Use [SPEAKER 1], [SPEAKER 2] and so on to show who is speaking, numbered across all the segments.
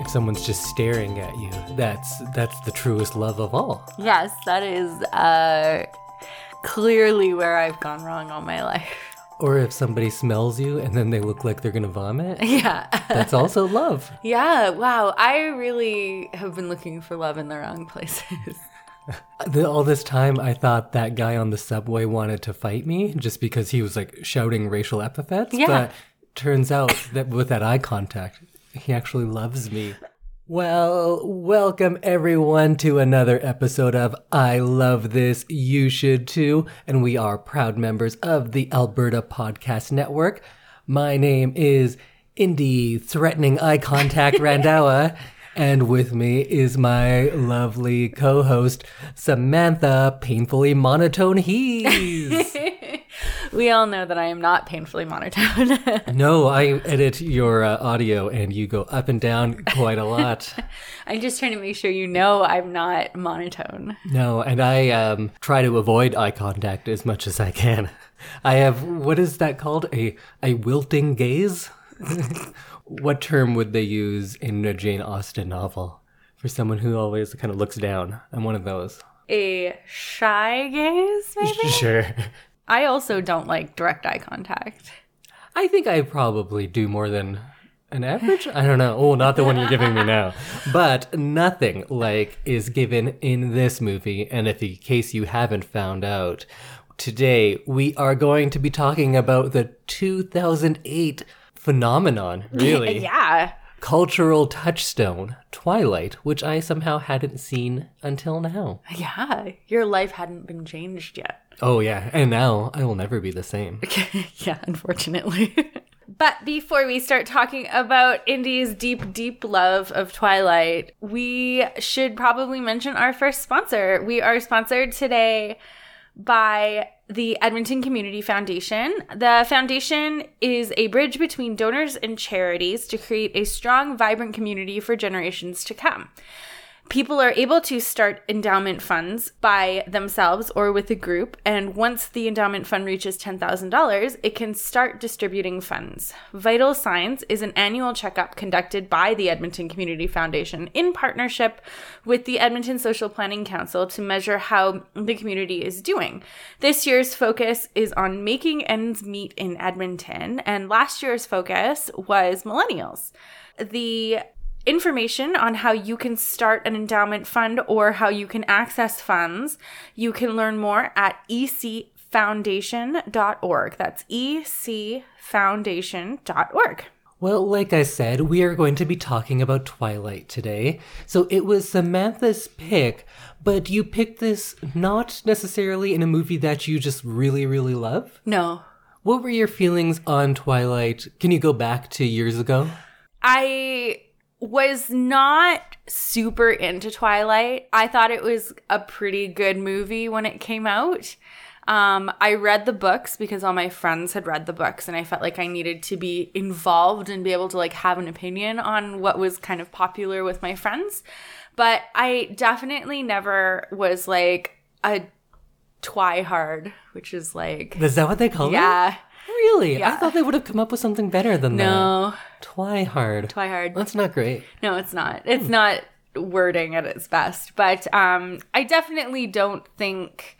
[SPEAKER 1] if someone's just staring at you, that's that's the truest love of all.
[SPEAKER 2] Yes, that is uh, clearly where I've gone wrong all my life.
[SPEAKER 1] Or if somebody smells you and then they look like they're gonna vomit,
[SPEAKER 2] Yeah.
[SPEAKER 1] that's also love.
[SPEAKER 2] yeah, wow. I really have been looking for love in the wrong places.
[SPEAKER 1] The, all this time, I thought that guy on the subway wanted to fight me just because he was like shouting racial epithets.
[SPEAKER 2] Yeah.
[SPEAKER 1] But turns out that with that eye contact, he actually loves me. Well, welcome everyone to another episode of I Love This, You Should Too. And we are proud members of the Alberta Podcast Network. My name is Indie Threatening Eye Contact Randawa. And with me is my lovely co host, Samantha Painfully Monotone Hees.
[SPEAKER 2] we all know that I am not painfully monotone.
[SPEAKER 1] no, I edit your uh, audio and you go up and down quite a lot.
[SPEAKER 2] I'm just trying to make sure you know I'm not monotone.
[SPEAKER 1] No, and I um, try to avoid eye contact as much as I can. I have what is that called? A a wilting gaze. what term would they use in a Jane Austen novel for someone who always kind of looks down? I'm one of those.
[SPEAKER 2] A shy gaze, maybe?
[SPEAKER 1] Sure.
[SPEAKER 2] I also don't like direct eye contact.
[SPEAKER 1] I think I probably do more than an average. I don't know. Oh, not the one you're giving me now. But nothing like is given in this movie. And if in case you haven't found out, today we are going to be talking about the 2008 phenomenon, really.
[SPEAKER 2] Yeah.
[SPEAKER 1] Cultural touchstone, Twilight, which I somehow hadn't seen until now.
[SPEAKER 2] Yeah. Your life hadn't been changed yet.
[SPEAKER 1] Oh, yeah. And now I will never be the same.
[SPEAKER 2] yeah, unfortunately. but before we start talking about Indy's deep, deep love of Twilight, we should probably mention our first sponsor. We are sponsored today by the Edmonton Community Foundation. The foundation is a bridge between donors and charities to create a strong, vibrant community for generations to come people are able to start endowment funds by themselves or with a group. And once the endowment fund reaches $10,000, it can start distributing funds. Vital Signs is an annual checkup conducted by the Edmonton Community Foundation in partnership with the Edmonton Social Planning Council to measure how the community is doing. This year's focus is on making ends meet in Edmonton, and last year's focus was millennials. The information on how you can start an endowment fund or how you can access funds. You can learn more at ecfoundation.org. That's ecfoundation.org.
[SPEAKER 1] Well, like I said, we are going to be talking about Twilight today. So it was Samantha's pick, but you picked this not necessarily in a movie that you just really, really love.
[SPEAKER 2] No.
[SPEAKER 1] What were your feelings on Twilight? Can you go back to years ago?
[SPEAKER 2] I was not super into Twilight. I thought it was a pretty good movie when it came out. Um, I read the books because all my friends had read the books, and I felt like I needed to be involved and be able to like have an opinion on what was kind of popular with my friends. But I definitely never was like a twihard, which is like
[SPEAKER 1] Is that what they call it?
[SPEAKER 2] yeah,
[SPEAKER 1] Really? I
[SPEAKER 2] Yeah.
[SPEAKER 1] thought they would have come up with something better than
[SPEAKER 2] no,
[SPEAKER 1] that. Twihard.
[SPEAKER 2] twihard.
[SPEAKER 1] That's not great.
[SPEAKER 2] No, it's not. It's
[SPEAKER 1] Hmm.
[SPEAKER 2] not wording at its best, but um I definitely don't think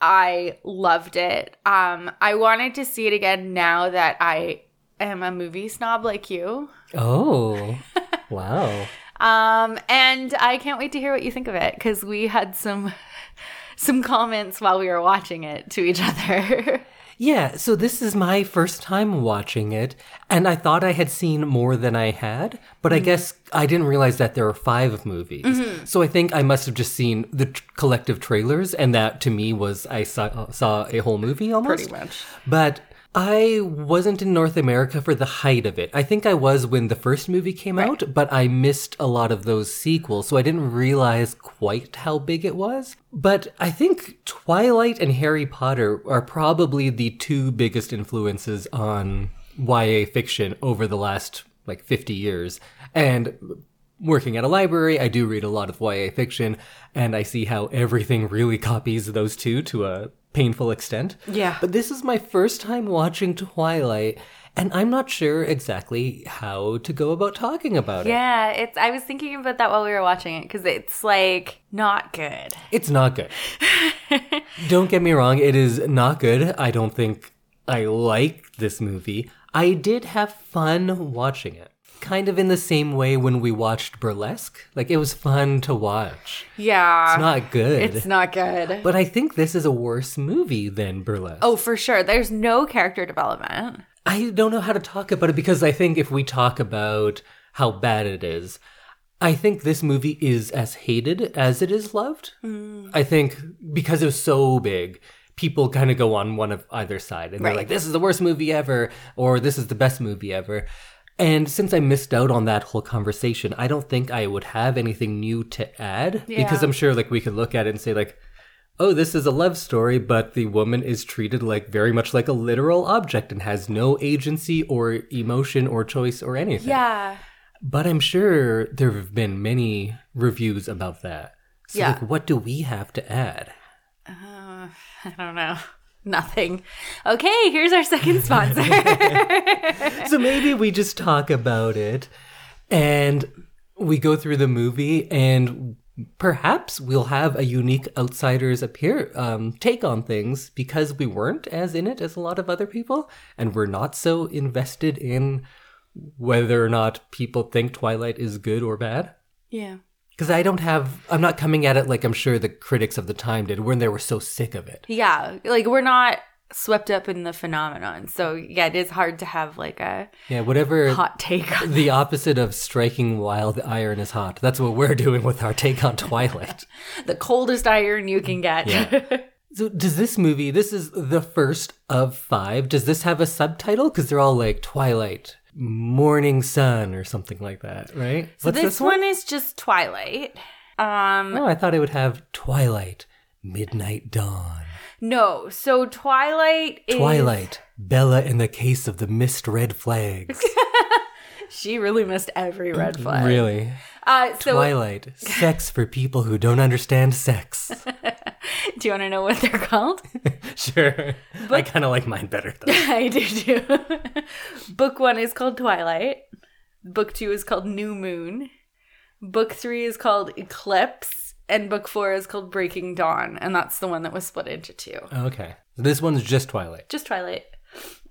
[SPEAKER 2] I loved it. Um I wanted to see it again now that I am a movie snob like you.
[SPEAKER 1] Oh, wow.
[SPEAKER 2] Um and I can't wait to hear what you think of it cuz we had some some comments while we were watching it to each other.
[SPEAKER 1] Yeah, so this is my first time watching it, and I thought I had seen more than I had, but I guess I didn't realize that there were five movies. So I think I must have just seen the tr- collective trailers, and that to me was I saw, saw a whole movie almost.
[SPEAKER 2] much.
[SPEAKER 1] But I wasn't in North America for the height of it. I think I was when the first movie came out, but I missed a lot of those sequels, so I didn't realize quite how big it was. But I think Twilight and Harry Potter are probably the two biggest influences on YA fiction over the last like 50 years. And working at a library, I do read a lot of YA fiction, and I see how everything really copies those two to a painful extent.
[SPEAKER 2] Yeah.
[SPEAKER 1] But this is my first time watching Twilight, And I'm not sure exactly how to go about talking about it.
[SPEAKER 2] Yeah, it's. I was thinking about that while we were watching it because it's like not good.
[SPEAKER 1] It's not good. don't get me wrong, it is not good. I don't think I like this movie. I did have fun watching it. Kind of in the same way when we watched Burlesque. Like, it was fun to watch.
[SPEAKER 2] Yeah,
[SPEAKER 1] It's not good.
[SPEAKER 2] It's not good.
[SPEAKER 1] but I think this is a worse movie than Burlesque.
[SPEAKER 2] oh, for sure. There's no character development.
[SPEAKER 1] I don't know how to talk about it because I think if we talk about how bad it is, I think this movie is as hated as it is loved.
[SPEAKER 2] Hmm.
[SPEAKER 1] I think because it was so big, people kind of go on one of either side and
[SPEAKER 2] Right.
[SPEAKER 1] they're like, this is the worst movie ever, or this is the best movie ever. And since I missed out on that whole conversation, I don't think I would have anything new to add because
[SPEAKER 2] Yeah.
[SPEAKER 1] I'm sure like we could look at it and say like, oh, this is a love story, but the woman is treated like very much like a literal object and has no agency or emotion or choice or anything.
[SPEAKER 2] Yeah.
[SPEAKER 1] But I'm sure there have been many reviews about that. So
[SPEAKER 2] Yeah.
[SPEAKER 1] like what do we have to add?
[SPEAKER 2] Uh, I don't know. Nothing. Okay, here's our second sponsor.
[SPEAKER 1] so maybe we just talk about it and we go through the movie and perhaps we'll have a unique outsiders appear um, take on things because we weren't as in it as a lot of other people and we're not so invested in whether or not people think twilight is good or bad
[SPEAKER 2] yeah.
[SPEAKER 1] because i don't have i'm not coming at it like i'm sure the critics of the time did when they were so sick of it
[SPEAKER 2] Yeah. Like we're not swept up in the phenomenon. So yeah, it is hard to have like a
[SPEAKER 1] yeah whatever
[SPEAKER 2] hot take on
[SPEAKER 1] the opposite of striking while the iron is hot that's what we're doing with our take on twilight
[SPEAKER 2] the coldest iron you can get.
[SPEAKER 1] Yeah. So does this movie, this is the first of five, does this have a subtitle? Because they're all like Twilight, Morning Sun, or something like that, right?
[SPEAKER 2] so this, one? is just Twilight. Um
[SPEAKER 1] No, Oh, I thought it would have Twilight, Midnight Dawn,
[SPEAKER 2] no, so Twilight is
[SPEAKER 1] Twilight, Bella in the Case of the Missed Red Flags.
[SPEAKER 2] She really missed every red flag.
[SPEAKER 1] really?
[SPEAKER 2] Uh so
[SPEAKER 1] Twilight, Sex for People Who Don't Understand Sex.
[SPEAKER 2] do you want to know what they're called?
[SPEAKER 1] sure. I kind of like mine better, though.
[SPEAKER 2] I do too. Book one is called Twilight. Book two is called New Moon. Book three is called Eclipse. And book four is called Breaking Dawn. And that's the one that was split into two.
[SPEAKER 1] Oh, Okay. This one's just Twilight.
[SPEAKER 2] Just Twilight.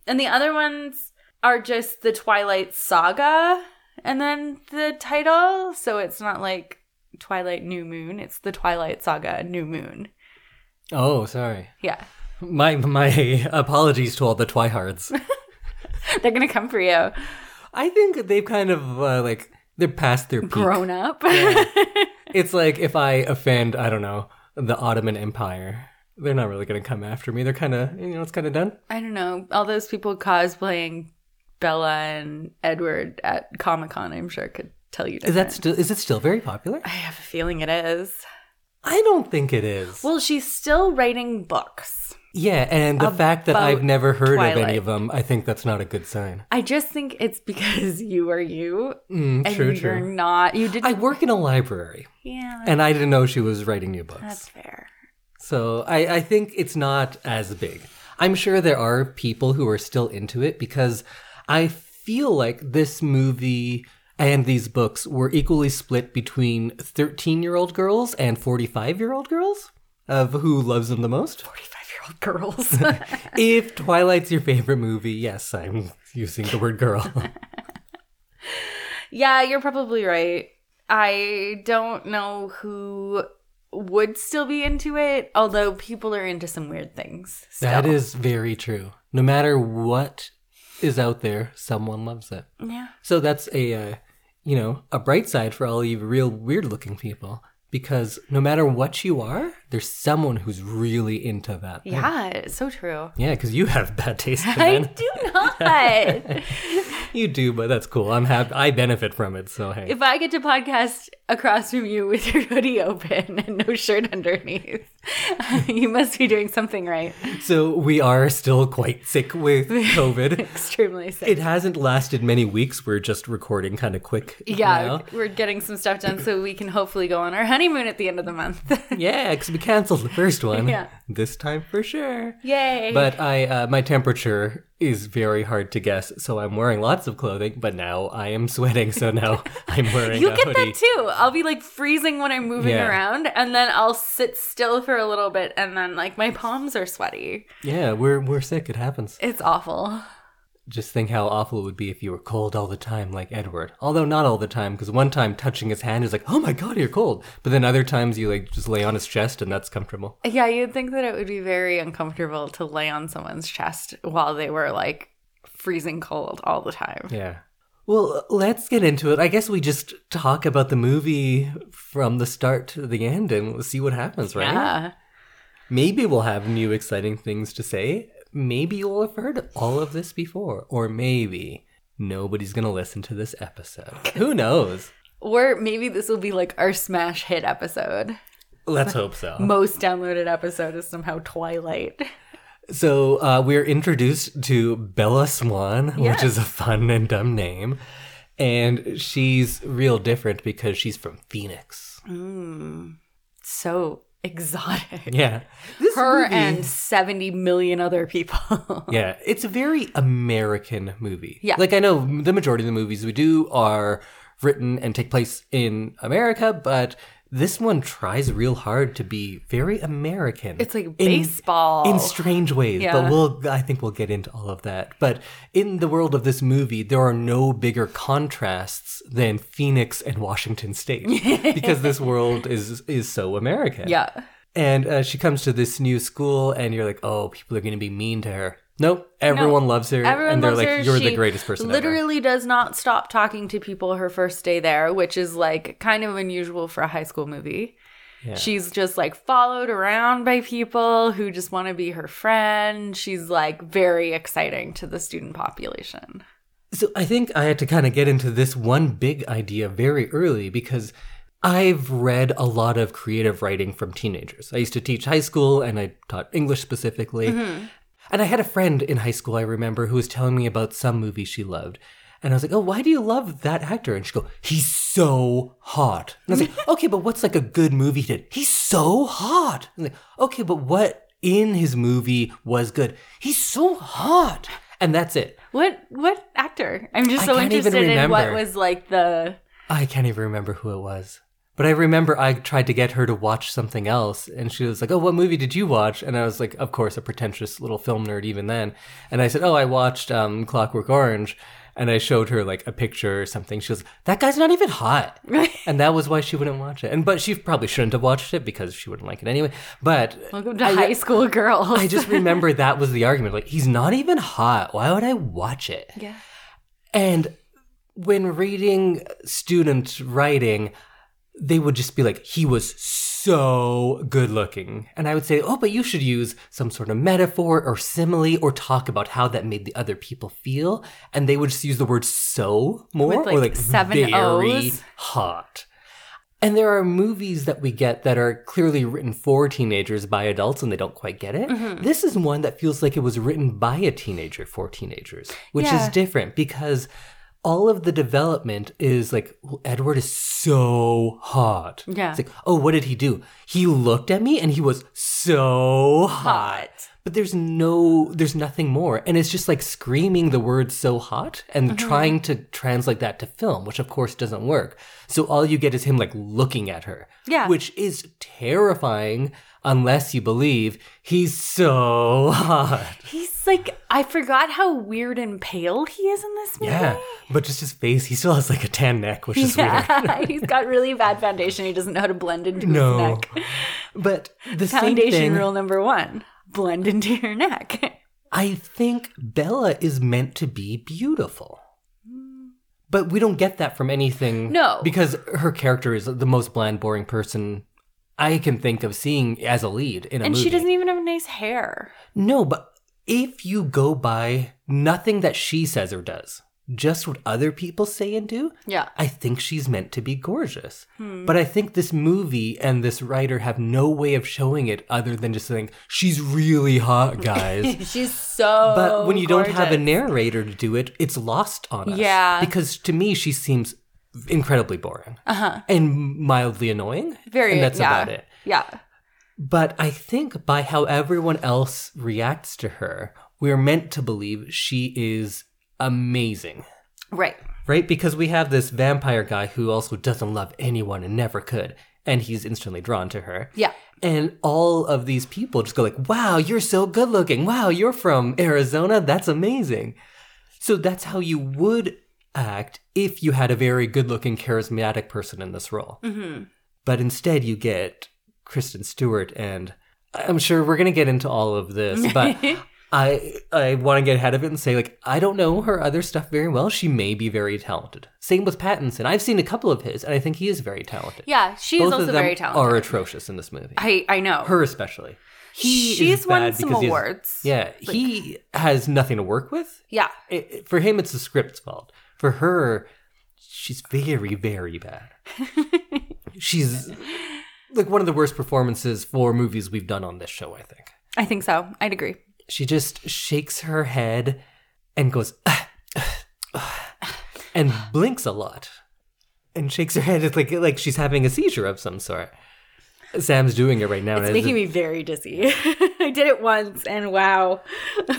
[SPEAKER 2] And the other ones are just the Twilight Saga and then the title. So it's not like Twilight New Moon, it's the Twilight Saga New Moon.
[SPEAKER 1] Oh, sorry.
[SPEAKER 2] Yeah.
[SPEAKER 1] My my apologies to all the Twihards.
[SPEAKER 2] They're going to come for you.
[SPEAKER 1] I think they've kind of uh, like they're past their peak.
[SPEAKER 2] Grown up.
[SPEAKER 1] It's like if I offend, I don't know, the Ottoman Empire, they're not really going to come after me. They're kind of, you know, it's kind of done.
[SPEAKER 2] I don't know. All those people cosplaying Bella and Edward at Comic Con, I'm sure could tell you.
[SPEAKER 1] Is
[SPEAKER 2] Different.
[SPEAKER 1] that still is it still very popular?
[SPEAKER 2] I have a feeling it is.
[SPEAKER 1] I don't think it is.
[SPEAKER 2] Well, she's still writing books.
[SPEAKER 1] yeah, and the fact that I've
[SPEAKER 2] about
[SPEAKER 1] never heard of any
[SPEAKER 2] Twilight.
[SPEAKER 1] of them, I think that's not a good sign.
[SPEAKER 2] I just think it's because you are you,
[SPEAKER 1] Mm,
[SPEAKER 2] and
[SPEAKER 1] true,
[SPEAKER 2] you're
[SPEAKER 1] true.
[SPEAKER 2] not. You didn't.
[SPEAKER 1] I work in a library,
[SPEAKER 2] yeah,
[SPEAKER 1] and I didn't know she was writing new books.
[SPEAKER 2] that's fair.
[SPEAKER 1] So I, I think it's not as big. I'm sure there are people who are still into it because I feel like this movie and these books were equally split between 13 year old girls and 45 year old girls of who loves them the most.
[SPEAKER 2] Forty-five-year-old girls.
[SPEAKER 1] If Twilight's your favorite movie, yes, I'm using the word girl.
[SPEAKER 2] yeah, you're probably right. I don't know who would still be into it, although people are into some weird things. So.
[SPEAKER 1] that is very true. No matter what is out there, someone loves it.
[SPEAKER 2] yeah.
[SPEAKER 1] So that's a, uh, you know, a bright side for all you real weird looking people because no matter what you are, there's someone who's really into that. thing.
[SPEAKER 2] Yeah, it's so true.
[SPEAKER 1] Yeah, because you have bad taste,
[SPEAKER 2] I
[SPEAKER 1] man.
[SPEAKER 2] do not.
[SPEAKER 1] you do, but that's cool. I'm happy. I benefit from it. So hey,
[SPEAKER 2] if I get to podcast across from you with your hoodie open and no shirt underneath. you must be doing something right.
[SPEAKER 1] So we are still quite sick with COVID.
[SPEAKER 2] Extremely sick.
[SPEAKER 1] it hasn't lasted many weeks. We're just recording kind of quick.
[SPEAKER 2] yeah,
[SPEAKER 1] now.
[SPEAKER 2] we're getting some stuff done so we can hopefully go on our honeymoon at the end of the month.
[SPEAKER 1] Yeah, because we canceled the first one.
[SPEAKER 2] Yeah.
[SPEAKER 1] This time for sure.
[SPEAKER 2] Yay.
[SPEAKER 1] But I, uh, my temperature is very hard to guess, so I'm wearing lots of clothing. But now I am sweating, so now I'm wearing
[SPEAKER 2] you
[SPEAKER 1] a
[SPEAKER 2] get
[SPEAKER 1] hoodie.
[SPEAKER 2] that too. I'll be like freezing when I'm moving
[SPEAKER 1] Yeah.
[SPEAKER 2] around, and then I'll sit still for a little bit, and then like my palms are sweaty.
[SPEAKER 1] yeah, we're we're sick. It happens.
[SPEAKER 2] It's awful.
[SPEAKER 1] Just think how awful it would be if you were cold all the time, like Edward. Although not all the time, because one time touching his hand is like, oh my god, you're cold. But then other times you like just lay on his chest, and that's comfortable.
[SPEAKER 2] Yeah, you'd think that it would be very uncomfortable to lay on someone's chest while they were like freezing cold all the time.
[SPEAKER 1] Yeah. Well, let's get into it. I guess we just talk about the movie from the start to the end and see what happens, right?
[SPEAKER 2] Yeah.
[SPEAKER 1] Maybe we'll have new exciting things to say. Maybe you'll have heard all of this before. Or maybe nobody's going to listen to this episode. Who knows?
[SPEAKER 2] Or maybe this will be like our smash hit episode.
[SPEAKER 1] Let's hope so.
[SPEAKER 2] Most downloaded episode is somehow Twilight.
[SPEAKER 1] So, uh, we're introduced to Bella Swan,
[SPEAKER 2] Yes.
[SPEAKER 1] which is a fun and dumb name. And she's real different because she's from Phoenix.
[SPEAKER 2] So exotic.
[SPEAKER 1] Yeah. This
[SPEAKER 2] Her
[SPEAKER 1] movie-
[SPEAKER 2] and 70 million other people.
[SPEAKER 1] Yeah, it's a very American movie.
[SPEAKER 2] Um, Yeah.
[SPEAKER 1] Like I know the majority of the movies we do are written and take place in America, but this one tries real hard to be very American.
[SPEAKER 2] it's like
[SPEAKER 1] in-
[SPEAKER 2] baseball.
[SPEAKER 1] in strange ways,
[SPEAKER 2] Yeah.
[SPEAKER 1] but we'll I think we'll get into all of that. But in the world of this movie, there are no bigger contrasts than Phoenix and Washington State because this world is is so American.
[SPEAKER 2] yeah.
[SPEAKER 1] And uh, she comes to this new school, and you're like, oh, people are going to be mean to her. Nope, everyone loves her.
[SPEAKER 2] Everyone
[SPEAKER 1] and they're
[SPEAKER 2] loves
[SPEAKER 1] like,
[SPEAKER 2] her.
[SPEAKER 1] you're
[SPEAKER 2] She
[SPEAKER 1] the greatest person ever.
[SPEAKER 2] Literally does not stop talking to people her first day there, which is like kind of unusual for a high school movie.
[SPEAKER 1] Yeah.
[SPEAKER 2] She's just like followed around by people who just want to be her friend. She's like very exciting to the student population.
[SPEAKER 1] So I think I had to kind of get into this one big idea very early because I've read a lot of creative writing from teenagers. I used to teach high school, and I taught English specifically. And I had a friend in high school, I remember, who was telling me about some movie she loved. And I was like, oh, why do you love that actor? And she'd go, he's so hot. And I was like, okay, but what's like a good movie he did? He's so hot. And I was like, okay, but what in his movie was good? He's so hot. And that's it.
[SPEAKER 2] What what actor? I'm just
[SPEAKER 1] I
[SPEAKER 2] so
[SPEAKER 1] can't even
[SPEAKER 2] interested in what
[SPEAKER 1] remember.
[SPEAKER 2] was like the
[SPEAKER 1] I can't even remember who it was. But I remember I tried to get her to watch something else, and she was like, Oh, what movie did you watch? And I was like, Of course, a pretentious little film nerd even then. And I said, Oh, I watched um, Clockwork Orange. And I showed her like a picture or something. She was That guy's not even hot. and that was why she wouldn't watch it. And but she probably shouldn't have watched it because she wouldn't like it anyway. But
[SPEAKER 2] welcome to high school girls.
[SPEAKER 1] I just remember that was the argument. Like, he's not even hot. Why would I watch it?
[SPEAKER 2] yeah.
[SPEAKER 1] And when reading student writing, they would just be like, he was so good looking. And I would say, oh, but you should use some sort of metaphor or simile or talk about how that made the other people feel. And they would just use the word so more
[SPEAKER 2] With,
[SPEAKER 1] or
[SPEAKER 2] like,
[SPEAKER 1] like
[SPEAKER 2] seven
[SPEAKER 1] very
[SPEAKER 2] O's.
[SPEAKER 1] hot. And there are movies that we get that are clearly written for teenagers by adults and they don't quite get it.
[SPEAKER 2] Mm-hmm.
[SPEAKER 1] This is one that feels like it was written by a teenager for teenagers, which
[SPEAKER 2] Yeah.
[SPEAKER 1] is different because all of the development is like well, Edward is so hot.
[SPEAKER 2] Yeah.
[SPEAKER 1] It's like, oh, what did he do? He looked at me and he was so hot.
[SPEAKER 2] Hot.
[SPEAKER 1] But there's no there's nothing more. And it's just like screaming the word so hot and
[SPEAKER 2] Uh-huh.
[SPEAKER 1] trying to translate that to film, which of course doesn't work. So all you get is him like looking at her.
[SPEAKER 2] Yeah.
[SPEAKER 1] Which is terrifying unless you believe he's so hot.
[SPEAKER 2] He's like I forgot how weird and pale he is in this movie.
[SPEAKER 1] Yeah. But just his face, he still has like a tan neck, which is weird.
[SPEAKER 2] Yeah, he's got really bad foundation. He doesn't know how to blend into
[SPEAKER 1] No.
[SPEAKER 2] his neck.
[SPEAKER 1] But the same
[SPEAKER 2] Foundation
[SPEAKER 1] thing,
[SPEAKER 2] rule number one: blend into your neck.
[SPEAKER 1] I think Bella is meant to be beautiful. But we don't get that from anything.
[SPEAKER 2] No.
[SPEAKER 1] Because her character is the most bland, boring person I can think of seeing as a lead in a
[SPEAKER 2] and
[SPEAKER 1] movie.
[SPEAKER 2] she doesn't even have nice hair.
[SPEAKER 1] No, but if you go by nothing that she says or does, just what other people say and do.
[SPEAKER 2] Yeah.
[SPEAKER 1] I think she's meant to be gorgeous.
[SPEAKER 2] Hmm.
[SPEAKER 1] But I think this movie and this writer have no way of showing it other than just saying, she's really hot, guys.
[SPEAKER 2] She's so.
[SPEAKER 1] But when you don't have a
[SPEAKER 2] Oh, gorgeous.
[SPEAKER 1] narrator to do it, it's lost on us.
[SPEAKER 2] Yeah.
[SPEAKER 1] Because to me, she seems incredibly boring. Uh-huh. And mildly annoying.
[SPEAKER 2] very,
[SPEAKER 1] And that's
[SPEAKER 2] yeah.
[SPEAKER 1] about it.
[SPEAKER 2] Yeah.
[SPEAKER 1] But I think by how everyone else reacts to her, we're meant to believe she is amazing.
[SPEAKER 2] Right.
[SPEAKER 1] Right? Because we have this vampire guy who also doesn't love anyone and never could. And he's instantly drawn to her.
[SPEAKER 2] Yeah.
[SPEAKER 1] And all of these people just go like, wow, you're so good looking. Wow, you're from Arizona. That's amazing. So that's how you would act if you had a very good looking, charismatic person in this role.
[SPEAKER 2] Mm-hmm.
[SPEAKER 1] But instead, you get Kristen Stewart, and I'm sure we're going to get into all of this, but. I I want to get ahead of it and say like I don't know her other stuff very well. She may be very talented. Same with Pattinson. I've seen a couple of his, and I think he is very talented.
[SPEAKER 2] Yeah. She's
[SPEAKER 1] Both
[SPEAKER 2] also
[SPEAKER 1] of them
[SPEAKER 2] very talented.
[SPEAKER 1] are atrocious in this movie.
[SPEAKER 2] I I know.
[SPEAKER 1] Her especially. He is
[SPEAKER 2] She's won
[SPEAKER 1] bad
[SPEAKER 2] some
[SPEAKER 1] because he has-
[SPEAKER 2] awards.
[SPEAKER 1] yeah, he has nothing to work with.
[SPEAKER 2] Yeah.
[SPEAKER 1] It- it- for him, it's the script's fault. For her, she's very, very bad. she's like one of the worst performances for movies we've done on this show. I think
[SPEAKER 2] I think so. I'd agree.
[SPEAKER 1] she just shakes her head and goes "Ah, ah, ah," and blinks a lot and shakes her head it's like like she's having a seizure of some sort sam's doing it right now and
[SPEAKER 2] It's making me very dizzy. I did it once and wow.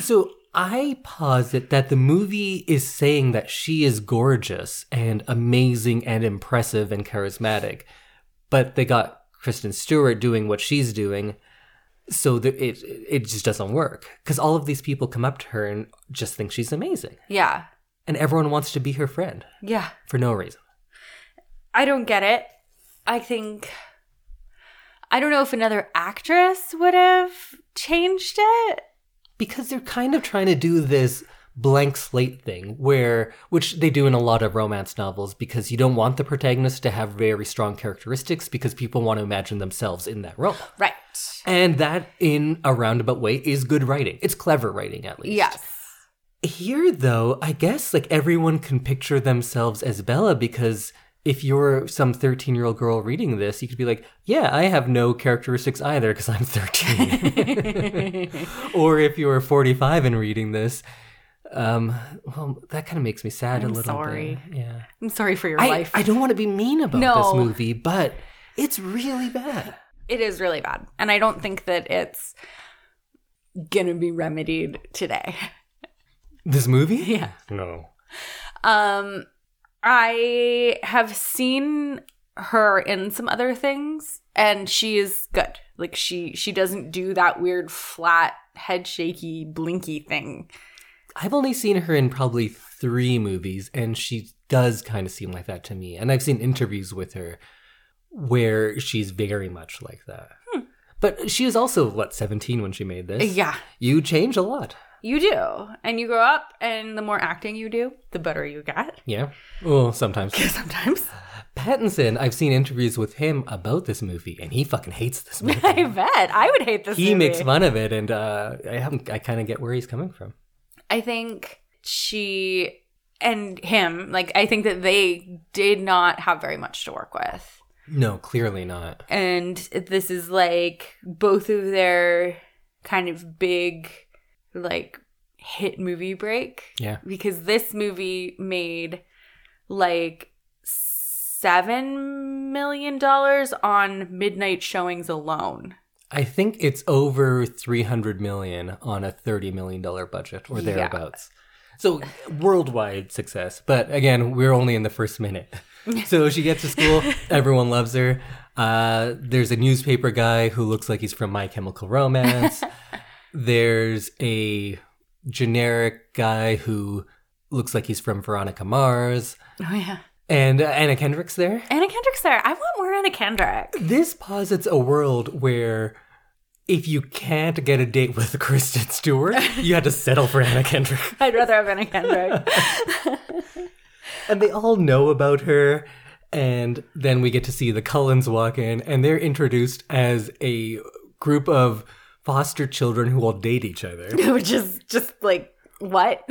[SPEAKER 1] so i posit that the movie is saying that she is gorgeous and amazing and impressive and charismatic but they got kristen stewart doing what she's doing so that it it just doesn't work because all of these people come up to her and just think she's amazing
[SPEAKER 2] Yeah.
[SPEAKER 1] and everyone wants to be her friend
[SPEAKER 2] Yeah.
[SPEAKER 1] for no reason.
[SPEAKER 2] I don't get it. I think I don't know if another actress would have changed it.
[SPEAKER 1] Because they're kind of trying to do this blank slate thing where which they do in a lot of romance novels because you don't want the protagonist to have very strong characteristics because people want to imagine themselves in that role.
[SPEAKER 2] Right.
[SPEAKER 1] And that in a roundabout way is good writing. It's clever writing at least.
[SPEAKER 2] Yes.
[SPEAKER 1] Here, though, I guess like everyone can picture themselves as Bella because if you're some 13 year old girl reading this, you could be like, yeah, I have no characteristics either because I'm 13. or if you were 45 and reading this, um, well, that kind of makes me sad a
[SPEAKER 2] I'm
[SPEAKER 1] little
[SPEAKER 2] sorry.
[SPEAKER 1] bit. Yeah.
[SPEAKER 2] I'm sorry for your
[SPEAKER 1] I,
[SPEAKER 2] life.
[SPEAKER 1] I don't want to be mean about this
[SPEAKER 2] No.
[SPEAKER 1] movie, but it's really bad.
[SPEAKER 2] it is really bad. And I don't think that it's gonna be remedied today.
[SPEAKER 1] This movie?
[SPEAKER 2] Yeah.
[SPEAKER 1] No.
[SPEAKER 2] Um I have seen her in some other things and she is good. Like she she doesn't do that weird flat head shaky blinky thing.
[SPEAKER 1] I've only seen her in probably three movies, and she does kind of seem like that to me. And I've seen interviews with her where she's very much like that. But she was also, what, 17 when she made this?
[SPEAKER 2] Yeah.
[SPEAKER 1] You change a lot.
[SPEAKER 2] You do. And you grow up and the more acting you do, the better you get.
[SPEAKER 1] Yeah. Well, sometimes.
[SPEAKER 2] Sometimes.
[SPEAKER 1] Pattinson, I've seen interviews with him about this movie, and he fucking hates this movie.
[SPEAKER 2] I bet. I would hate this.
[SPEAKER 1] he
[SPEAKER 2] movie.
[SPEAKER 1] makes fun of it, and uh, I, haven't- I kind of get where he's coming from.
[SPEAKER 2] I think she and him, like I think that they did not have very much to work with.
[SPEAKER 1] No, clearly not.
[SPEAKER 2] And this is like both of their kind of big like hit movie break.
[SPEAKER 1] Yeah.
[SPEAKER 2] Because this movie made like seven million dollars on midnight showings alone.
[SPEAKER 1] I think it's over 300 million on a 30 million dollar budget or
[SPEAKER 2] Yeah.
[SPEAKER 1] thereabouts. So worldwide success. But again, we're only in the first minute. So she gets to school, everyone loves her. Uh, there's a newspaper guy who looks like he's from My Chemical Romance. there's a generic guy who looks like he's from Veronica Mars.
[SPEAKER 2] Oh yeah.
[SPEAKER 1] And uh, Anna Kendrick's there.
[SPEAKER 2] Anna Kendrick's there. I want more Anna Kendrick.
[SPEAKER 1] This posits a world where if you can't get a date with Kristen Stewart, you had to settle for Anna Kendrick.
[SPEAKER 2] I'd rather have Anna Kendrick.
[SPEAKER 1] And they all know about her. And then we get to see the Cullens walk in, and they're introduced as a group of foster children who all date each other.
[SPEAKER 2] Which is just like what?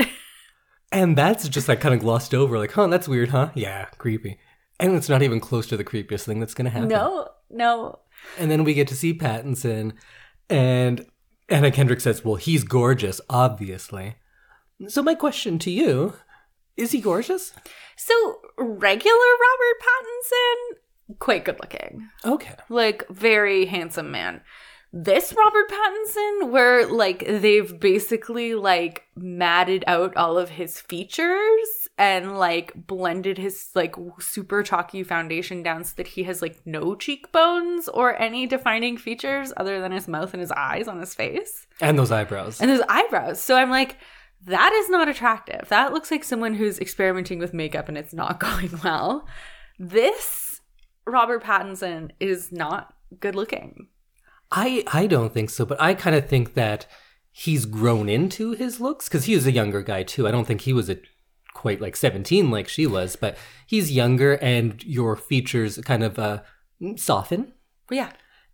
[SPEAKER 1] And that's just like kind of glossed over, like, huh, that's weird, huh? Yeah, creepy. And it's not even close to the creepiest thing that's going to happen.
[SPEAKER 2] No, no.
[SPEAKER 1] And then we get to see Pattinson, and Anna Kendrick says, Well, he's gorgeous, obviously. So, my question to you is he gorgeous?
[SPEAKER 2] So regular Robert Pattinson, quite good looking.
[SPEAKER 1] Okay.
[SPEAKER 2] Like very handsome man. This Robert Pattinson, where like they've basically like matted out all of his features and like blended his like super chalky foundation down so that he has like no cheekbones or any defining features other than his mouth and his eyes on his face
[SPEAKER 1] And those eyebrows.
[SPEAKER 2] and his eyebrows. So I'm like, that is not attractive. That looks like someone who's experimenting with makeup and it's not going well. This Robert Pattinson is not good looking.
[SPEAKER 1] I, I don't think so, but I kind of think that he's grown into his looks because he was a younger guy too. I don't think he was a quite like 17 like she was, but he's younger and your features kind of uh, soften.
[SPEAKER 2] But yeah,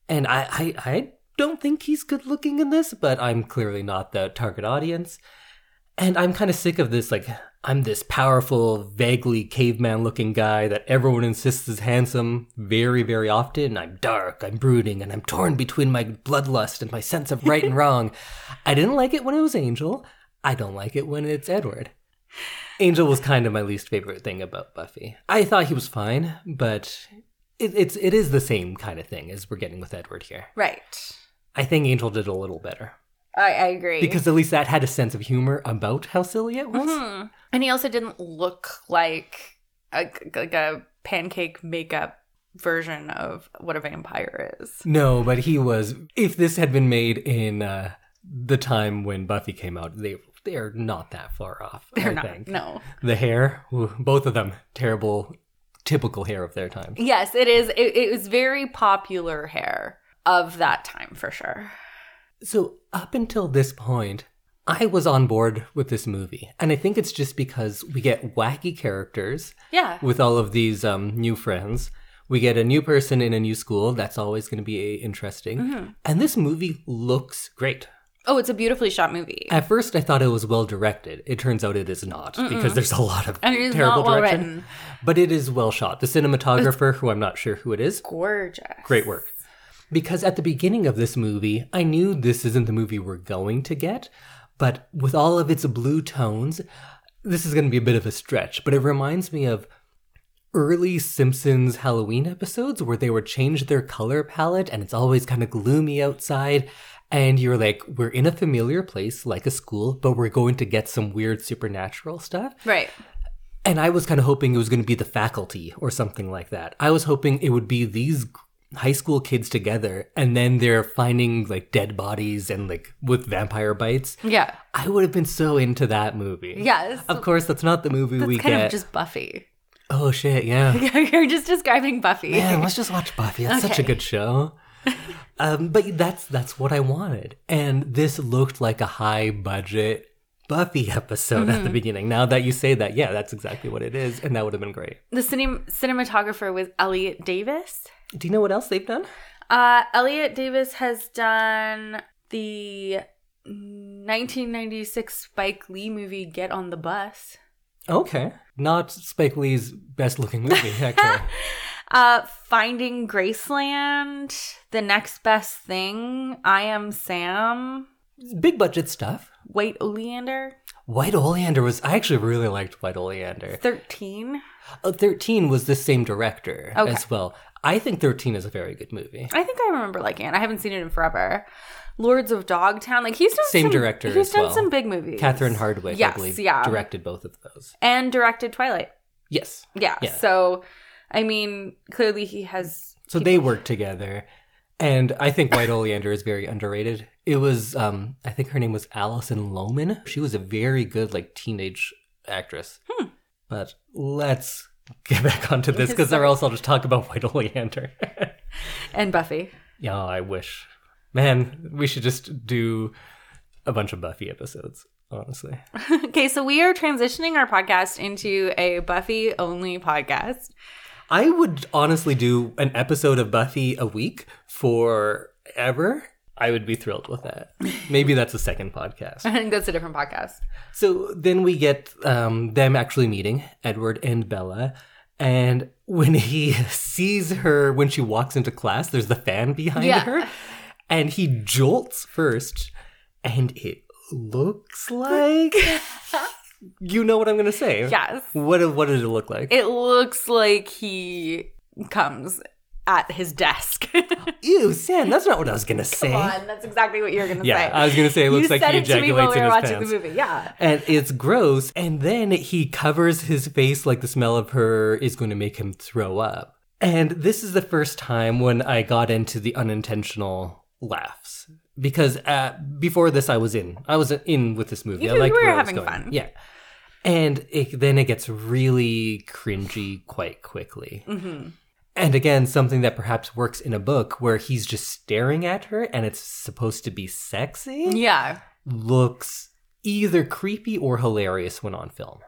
[SPEAKER 1] And I, I, I don't think he's good looking in this, but I'm clearly not the target audience. And I'm kind of sick of this, like, I'm this powerful, vaguely caveman looking guy that everyone insists is handsome very, very often. I'm dark, I'm brooding, and I'm torn between my bloodlust and my sense of right and wrong. I didn't like it when it was Angel. I don't like it when it's Edward. Angel was kind of my least favorite thing about Buffy. I thought he was fine, but it, it's it is the same kind of thing as we're getting with Edward here.
[SPEAKER 2] right.
[SPEAKER 1] I think Angel did a little better
[SPEAKER 2] I, I agree.
[SPEAKER 1] because at least that had a sense of humor about how silly it was.
[SPEAKER 2] Mhm. and he also didn't look like a, like a pancake makeup version of what a vampire is.
[SPEAKER 1] No, but he was. If this had been made in uh, the time when Buffy came out, they they are not that far off.
[SPEAKER 2] They're
[SPEAKER 1] I
[SPEAKER 2] not.
[SPEAKER 1] Think.
[SPEAKER 2] No.
[SPEAKER 1] The hair, ooh, both of them, terrible, typical hair of their time.
[SPEAKER 2] Yes, it is. It, it was very popular hair of that time for sure.
[SPEAKER 1] So, up until this point, I was on board with this movie. And I think it's just because we get wacky characters
[SPEAKER 2] Yeah.
[SPEAKER 1] with all of these um, new friends. We get a new person in a new school. That's always going to be uh, interesting. And this movie looks great.
[SPEAKER 2] Oh, it's a beautifully shot movie.
[SPEAKER 1] At first, I thought it was well directed. It turns out it is not because there's a lot of
[SPEAKER 2] And it is
[SPEAKER 1] terrible
[SPEAKER 2] not well
[SPEAKER 1] direction.
[SPEAKER 2] written.
[SPEAKER 1] But it is well shot. The cinematographer, who I'm not sure who it is,
[SPEAKER 2] Gorgeous.
[SPEAKER 1] Great work. Because at the beginning of this movie, I knew this isn't the movie we're going to get, but with all of its blue tones, this is going to be a bit of a stretch, but it reminds me of early Simpsons Halloween episodes where they would change their color palette and it's always kind of gloomy outside. And you're like, we're in a familiar place like a school, but we're going to get some weird supernatural stuff.
[SPEAKER 2] Right.
[SPEAKER 1] And I was kind of hoping it was going to be the faculty or something like that. I was hoping it would be these g- high school kids together and then they're finding like dead bodies and like with vampire bites.
[SPEAKER 2] Yeah.
[SPEAKER 1] I would have been so into that movie.
[SPEAKER 2] Yes.
[SPEAKER 1] Of course, that's not the movie we
[SPEAKER 2] it's kind
[SPEAKER 1] get.
[SPEAKER 2] of just Buffy.
[SPEAKER 1] oh shit, yeah.
[SPEAKER 2] You're just describing Buffy.
[SPEAKER 1] Man, let's just watch Buffy. It's such a
[SPEAKER 2] Okay.
[SPEAKER 1] good show. Um, but that's that's what I wanted. And this looked like a high budget Buffy episode at the
[SPEAKER 2] Mm-hmm.
[SPEAKER 1] beginning. Now that you say that, yeah, that's exactly what it is. And that would have been great.
[SPEAKER 2] The cinem- cinematographer was Elliot Davis.
[SPEAKER 1] Do you know what else they've done?
[SPEAKER 2] Uh, Elliot Davis has done the 1996 Spike Lee movie Get on the Bus.
[SPEAKER 1] Okay. Not Spike Lee's best looking movie, actually.
[SPEAKER 2] Uh, Finding Graceland, The Next Best Thing, I Am Sam,
[SPEAKER 1] Big budget stuff.
[SPEAKER 2] White Oleander,
[SPEAKER 1] White Oleander was, I actually really liked White Oleander.
[SPEAKER 2] 13.
[SPEAKER 1] Uh, 13 was the same director
[SPEAKER 2] Okay.
[SPEAKER 1] as well. I think 13 is a very good movie.
[SPEAKER 2] I think I remember liking it. I haven't seen it in forever. Lords of Dogtown. Like he's done
[SPEAKER 1] Same
[SPEAKER 2] some,
[SPEAKER 1] director
[SPEAKER 2] He's
[SPEAKER 1] as
[SPEAKER 2] done
[SPEAKER 1] well.
[SPEAKER 2] some big movies.
[SPEAKER 1] Catherine Hardwick,
[SPEAKER 2] Yes,
[SPEAKER 1] I believe,
[SPEAKER 2] yeah.
[SPEAKER 1] directed both of those.
[SPEAKER 2] and directed Twilight.
[SPEAKER 1] Yes.
[SPEAKER 2] Yeah.
[SPEAKER 1] Yeah.
[SPEAKER 2] So, I mean, clearly he has.
[SPEAKER 1] So they worked together. And I think White Oleander is very underrated. It was, um, I think her name was Allison Lohman. She was a very good, like, teenage actress. But let's get back onto this because or else I'll just talk about White Oleander.
[SPEAKER 2] And Buffy.
[SPEAKER 1] yeah, I wish. Man, we should just do a bunch of Buffy episodes, honestly.
[SPEAKER 2] okay, so we are transitioning our podcast into a Buffy only podcast.
[SPEAKER 1] I would honestly do an episode of Buffy a week forever. I would be thrilled with that. Maybe that's a second podcast.
[SPEAKER 2] I think that's a different podcast.
[SPEAKER 1] So then we get um, them actually meeting Edward and Bella. And when he sees her, when she walks into class, there's the fan behind
[SPEAKER 2] Yeah.
[SPEAKER 1] her. And he jolts first. And it looks like. you know what I'm going to say.
[SPEAKER 2] Yes.
[SPEAKER 1] What, what did it look like?
[SPEAKER 2] It looks like he comes at his desk.
[SPEAKER 1] Ew, Sam, that's not what I was going to say.
[SPEAKER 2] on, that's exactly what you were gonna
[SPEAKER 1] Yeah,
[SPEAKER 2] say.
[SPEAKER 1] I was going to say it looks
[SPEAKER 2] you
[SPEAKER 1] like
[SPEAKER 2] said
[SPEAKER 1] he
[SPEAKER 2] it to me while
[SPEAKER 1] ejaculates
[SPEAKER 2] we
[SPEAKER 1] in
[SPEAKER 2] were
[SPEAKER 1] his
[SPEAKER 2] watching
[SPEAKER 1] pants.
[SPEAKER 2] the movie. Yeah.
[SPEAKER 1] and it's gross. And then he covers his face like the smell of her is going to make him throw up. And this is the first time when I got into the unintentional laughs because uh, before this I was in, I was in with this movie.
[SPEAKER 2] You
[SPEAKER 1] I
[SPEAKER 2] were-
[SPEAKER 1] liked
[SPEAKER 2] you were
[SPEAKER 1] where I was
[SPEAKER 2] having
[SPEAKER 1] going.
[SPEAKER 2] fun.
[SPEAKER 1] yeah. And it, then it gets really cringy quite quickly.
[SPEAKER 2] Mm-hmm.
[SPEAKER 1] And again, something that perhaps works in a book where he's just staring at her and it's supposed to be sexy
[SPEAKER 2] Yeah.
[SPEAKER 1] looks either creepy or hilarious when on film.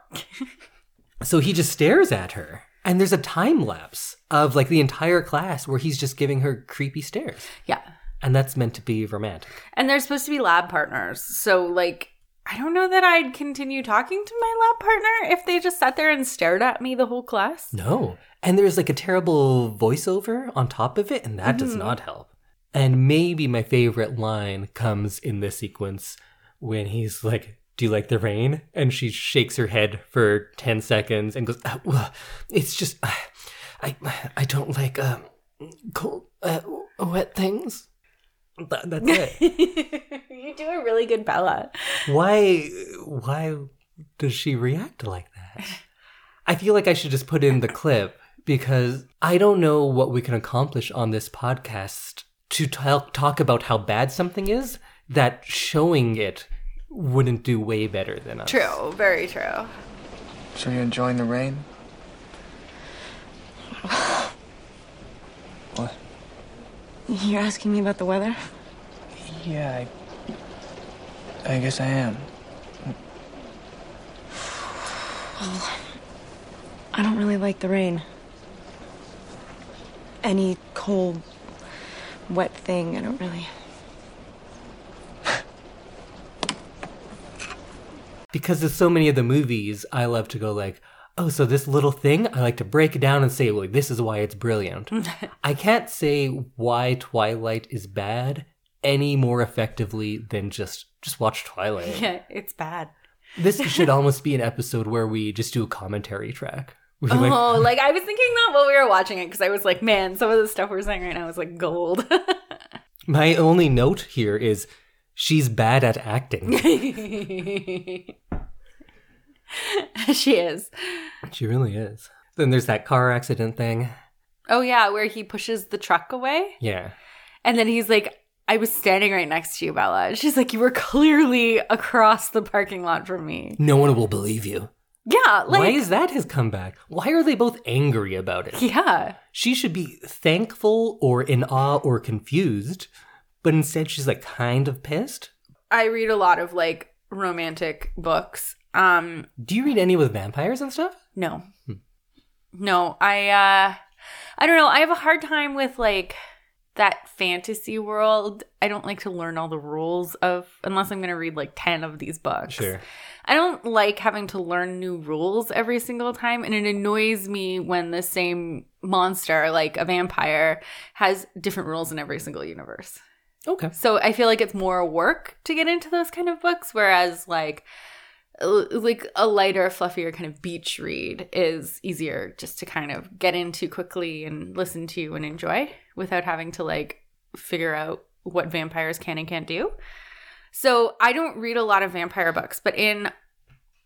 [SPEAKER 1] so he just stares at her. And there's a time lapse of like the entire class where he's just giving her creepy stares.
[SPEAKER 2] Yeah.
[SPEAKER 1] And that's meant to be romantic.
[SPEAKER 2] And they're supposed to be lab partners. So like I don't know that I'd continue talking to my lab partner if they just sat there and stared at me the whole class.
[SPEAKER 1] No. And there's like a terrible voiceover on top of it, and that does not help. And maybe my favorite line comes in this sequence when he's like, Do you like the rain? And she shakes her head for 10 seconds and goes, "Ah, well, It's just, I, I, I don't like um, cold, uh, wet things. That, that's it.
[SPEAKER 2] you do a really good Bella.
[SPEAKER 1] why, why does she react like that? I feel like I should just put in the clip because I don't know what we can accomplish on this podcast to talk talk about how bad something is that showing it wouldn't do way better than us.
[SPEAKER 2] True, very true.
[SPEAKER 3] So you enjoying the rain? What?
[SPEAKER 4] You're asking me about the weather?
[SPEAKER 3] Yeah, I, I guess I am.
[SPEAKER 4] I don't really like the rain. Any cold, wet thing, I don't really.
[SPEAKER 1] Because of so many of the movies, I love to go like, oh, so this little thing, I like to break it down and say, well, this is why it's brilliant. I can't say why Twilight is bad any more effectively than just just watch Twilight.
[SPEAKER 2] Yeah, it's bad.
[SPEAKER 1] This should almost be an episode where we just do a commentary track. We like-
[SPEAKER 2] oh, like I was thinking that while we were watching it because I was like, man, some of the stuff we're saying right now is like gold.
[SPEAKER 1] my only note here is she's bad at acting.
[SPEAKER 2] she is.
[SPEAKER 1] she really is. Then there's that car accident thing.
[SPEAKER 2] Oh yeah, where he pushes the truck away,
[SPEAKER 1] Yeah.
[SPEAKER 2] and then he's like, "I was standing right next to you, Bella." And she's like, "You were clearly across the parking lot from me."
[SPEAKER 1] No one will believe you.
[SPEAKER 2] Yeah,
[SPEAKER 1] Why
[SPEAKER 2] like
[SPEAKER 1] is that his comeback? Why are they both angry about it?
[SPEAKER 2] yeah,
[SPEAKER 1] She should be thankful or in awe or confused, but instead she's like kind of pissed.
[SPEAKER 2] I read a lot of like romantic books. Um,
[SPEAKER 1] Do you read any with vampires and stuff?
[SPEAKER 2] No.
[SPEAKER 1] Hmm.
[SPEAKER 2] No, I uh I don't know. I have a hard time with like that fantasy world. I don't like to learn all the rules of unless I'm going to read like 10 of these books. I don't like having to learn new rules every single time and it annoys me when the same monster like a vampire has different rules in every single universe.
[SPEAKER 1] Okay.
[SPEAKER 2] So I feel like it's more work to get into those kind of books, whereas like l- like a lighter, fluffier kind of beach read is easier just to kind of get into quickly and listen to and enjoy without having to like figure out what vampires can and can't do. So I don't read a lot of vampire books, but in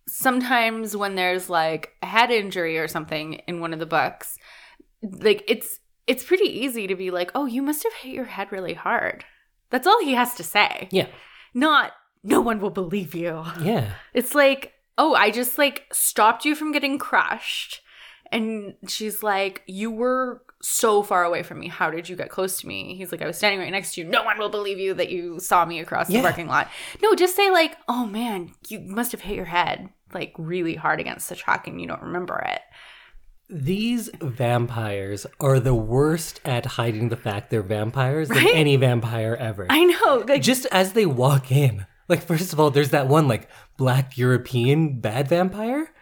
[SPEAKER 2] sometimes when there's like a head injury or something in one of the books, like it's it's pretty easy to be like, "Oh, you must have hit your head really hard." That's all he has to say.
[SPEAKER 1] Yeah.
[SPEAKER 2] Not no one will believe you.
[SPEAKER 1] Yeah.
[SPEAKER 2] It's like, "Oh, I just like stopped you from getting crushed." And she's like, "You were so far away from me. How did you get close to me?" He's like, "I was standing right next to you. No one will believe you that you saw me across
[SPEAKER 1] Yeah.
[SPEAKER 2] the parking lot." No, just say like, "Oh man, you must have hit your head like really hard against the truck and you don't remember it."
[SPEAKER 1] These vampires are the worst at hiding the fact they're vampires than
[SPEAKER 2] Right?
[SPEAKER 1] any vampire ever.
[SPEAKER 2] I know. Like,
[SPEAKER 1] Just as they walk in, like, first of all, there's that one, like, black European bad vampire.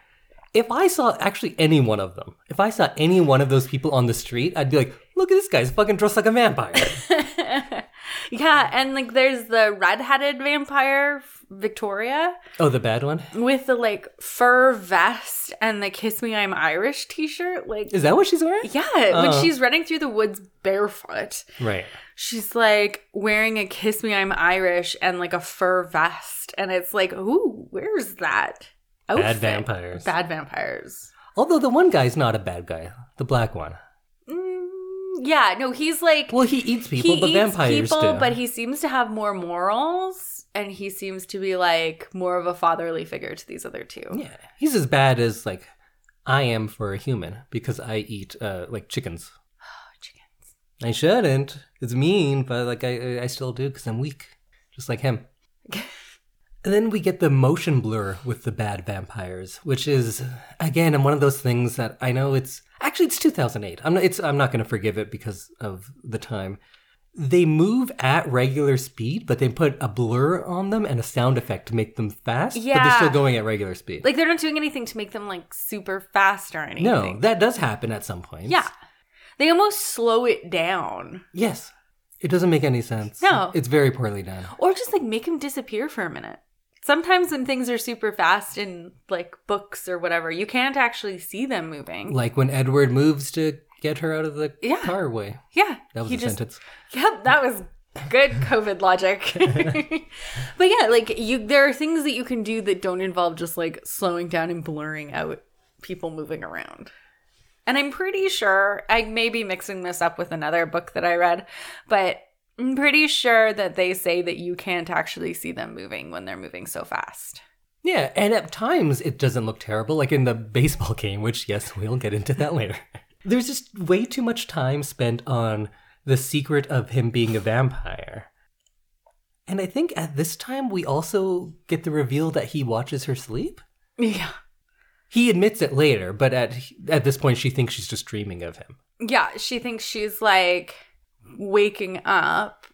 [SPEAKER 1] If I saw actually any one of them, if I saw any one of those people on the street, I'd be like, look at this guy's fucking dressed like a vampire.
[SPEAKER 2] yeah, and like there's the red-headed vampire Victoria
[SPEAKER 1] oh, the bad one?
[SPEAKER 2] with the like fur vest and the "Kiss Me, I'm Irish" T-shirt. Like,
[SPEAKER 1] Is that what she's wearing?
[SPEAKER 2] yeah,
[SPEAKER 1] Oh.
[SPEAKER 2] when she's running through the woods barefoot,
[SPEAKER 1] Right.
[SPEAKER 2] she's like wearing a "Kiss Me, I'm Irish" and like a fur vest, and it's like, ooh, where's that? outfit?
[SPEAKER 1] vampires.
[SPEAKER 2] Bad vampires.
[SPEAKER 1] Although the one guy's not a bad guy, the black one.
[SPEAKER 2] Mm, yeah, no, he's like
[SPEAKER 1] Well, he eats people, but
[SPEAKER 2] eats
[SPEAKER 1] vampires
[SPEAKER 2] people,
[SPEAKER 1] do.
[SPEAKER 2] but he seems to have more morals, and he seems to be like more of a fatherly figure to these other two.
[SPEAKER 1] Yeah, he's as bad as like I am for a human because I eat uh, like chickens.
[SPEAKER 2] chickens.
[SPEAKER 1] I shouldn't. It's mean, but like I I still do because I'm weak, just like him. and then we get the motion blur with the bad vampires, which is again one of those things that I know it's actually it's 2008. I'm not, it's I'm not going to forgive it because of the time. They move at regular speed, but they put a blur on them and a sound effect to make them fast. but they're
[SPEAKER 2] Yeah.
[SPEAKER 1] still going at regular speed.
[SPEAKER 2] Like they're not doing anything to make them like super fast or anything.
[SPEAKER 1] No, that does happen at some point.
[SPEAKER 2] yeah, they almost slow it down,
[SPEAKER 1] Yes. It doesn't make any sense.
[SPEAKER 2] No.
[SPEAKER 1] It's very poorly done.
[SPEAKER 2] or just like make him disappear for a minute. Sometimes when things are super fast in like books or whatever, you can't actually see them moving.
[SPEAKER 1] Like when Edward moves to get her out of the
[SPEAKER 2] Yeah.
[SPEAKER 1] carway.
[SPEAKER 2] yeah,
[SPEAKER 1] That was
[SPEAKER 2] he
[SPEAKER 1] a
[SPEAKER 2] just
[SPEAKER 1] sentence.
[SPEAKER 2] Yep, that was good COVID logic. but yeah, like you there are things that you can do that don't involve just like slowing down and blurring out people moving around. And I'm pretty sure I may be mixing this up with another book that I read, but I'm pretty sure that they say that you can't actually see them moving when they're moving so fast.
[SPEAKER 1] Yeah, and at times it doesn't look terrible, like in the baseball game, which, yes, we'll get into that later. There's just way too much time spent on the secret of him being a vampire. And I think at this time we also get the reveal that he watches her sleep.
[SPEAKER 2] Yeah.
[SPEAKER 1] He admits it later, but at at this point she thinks she's just dreaming of him.
[SPEAKER 2] Yeah, she thinks she's like waking up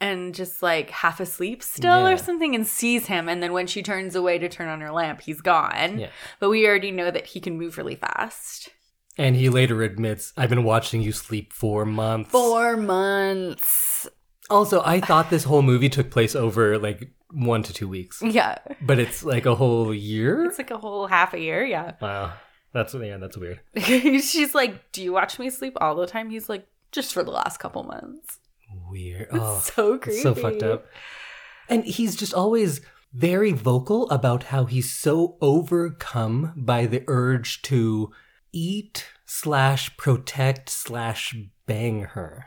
[SPEAKER 2] and just like half asleep still
[SPEAKER 1] Yeah.
[SPEAKER 2] or something and sees him. And then when she turns away to turn on her lamp, he's gone.
[SPEAKER 1] Yeah.
[SPEAKER 2] But we already know that he can move really fast.
[SPEAKER 1] And he later admits, I've been watching you sleep for months.
[SPEAKER 2] Four months.
[SPEAKER 1] Also, I thought this whole movie took place over like one to two weeks,
[SPEAKER 2] Yeah.
[SPEAKER 1] but it's like a whole year?
[SPEAKER 2] Mm. It's like a whole half a year. Yeah.
[SPEAKER 1] wow. That's, yeah, that's weird.
[SPEAKER 2] She's like, Do you watch me sleep all the time? He's like, Just for the last couple months.
[SPEAKER 1] Weird. Oh,
[SPEAKER 2] so creepy.
[SPEAKER 1] it's so fucked up. And he's just always very vocal about how he's so overcome by the urge to eat slash protect slash bang her.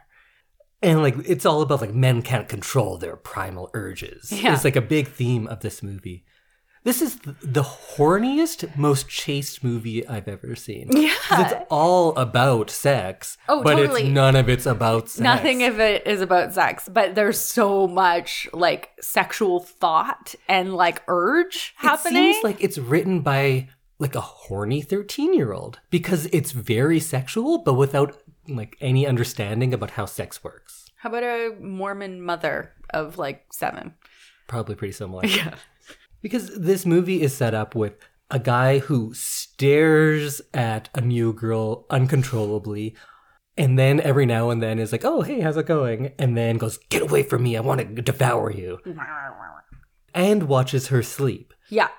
[SPEAKER 1] And like it's all about like men can't control their primal urges.
[SPEAKER 2] Yeah.
[SPEAKER 1] It's like a big theme of this movie. This is th- the horniest, most chaste movie I've ever seen. 'Cause
[SPEAKER 2] Yeah.
[SPEAKER 1] It's all about sex.
[SPEAKER 2] Oh,
[SPEAKER 1] but
[SPEAKER 2] totally.
[SPEAKER 1] it's none of it's about sex.
[SPEAKER 2] Nothing of it is about sex, but there's so much like sexual thought and like urge happening.
[SPEAKER 1] It seems like it's written by like a horny 13 year old because it's very sexual, but without like any understanding about how sex works.
[SPEAKER 2] How about a Mormon mother of like seven?
[SPEAKER 1] Probably pretty similar. Yeah. Because this movie is set up with a guy who stares at a new girl uncontrollably. And then every now and then is like, oh, hey, how's it going? And then goes, get away from me. I want to devour you. And watches her sleep.
[SPEAKER 2] Yeah.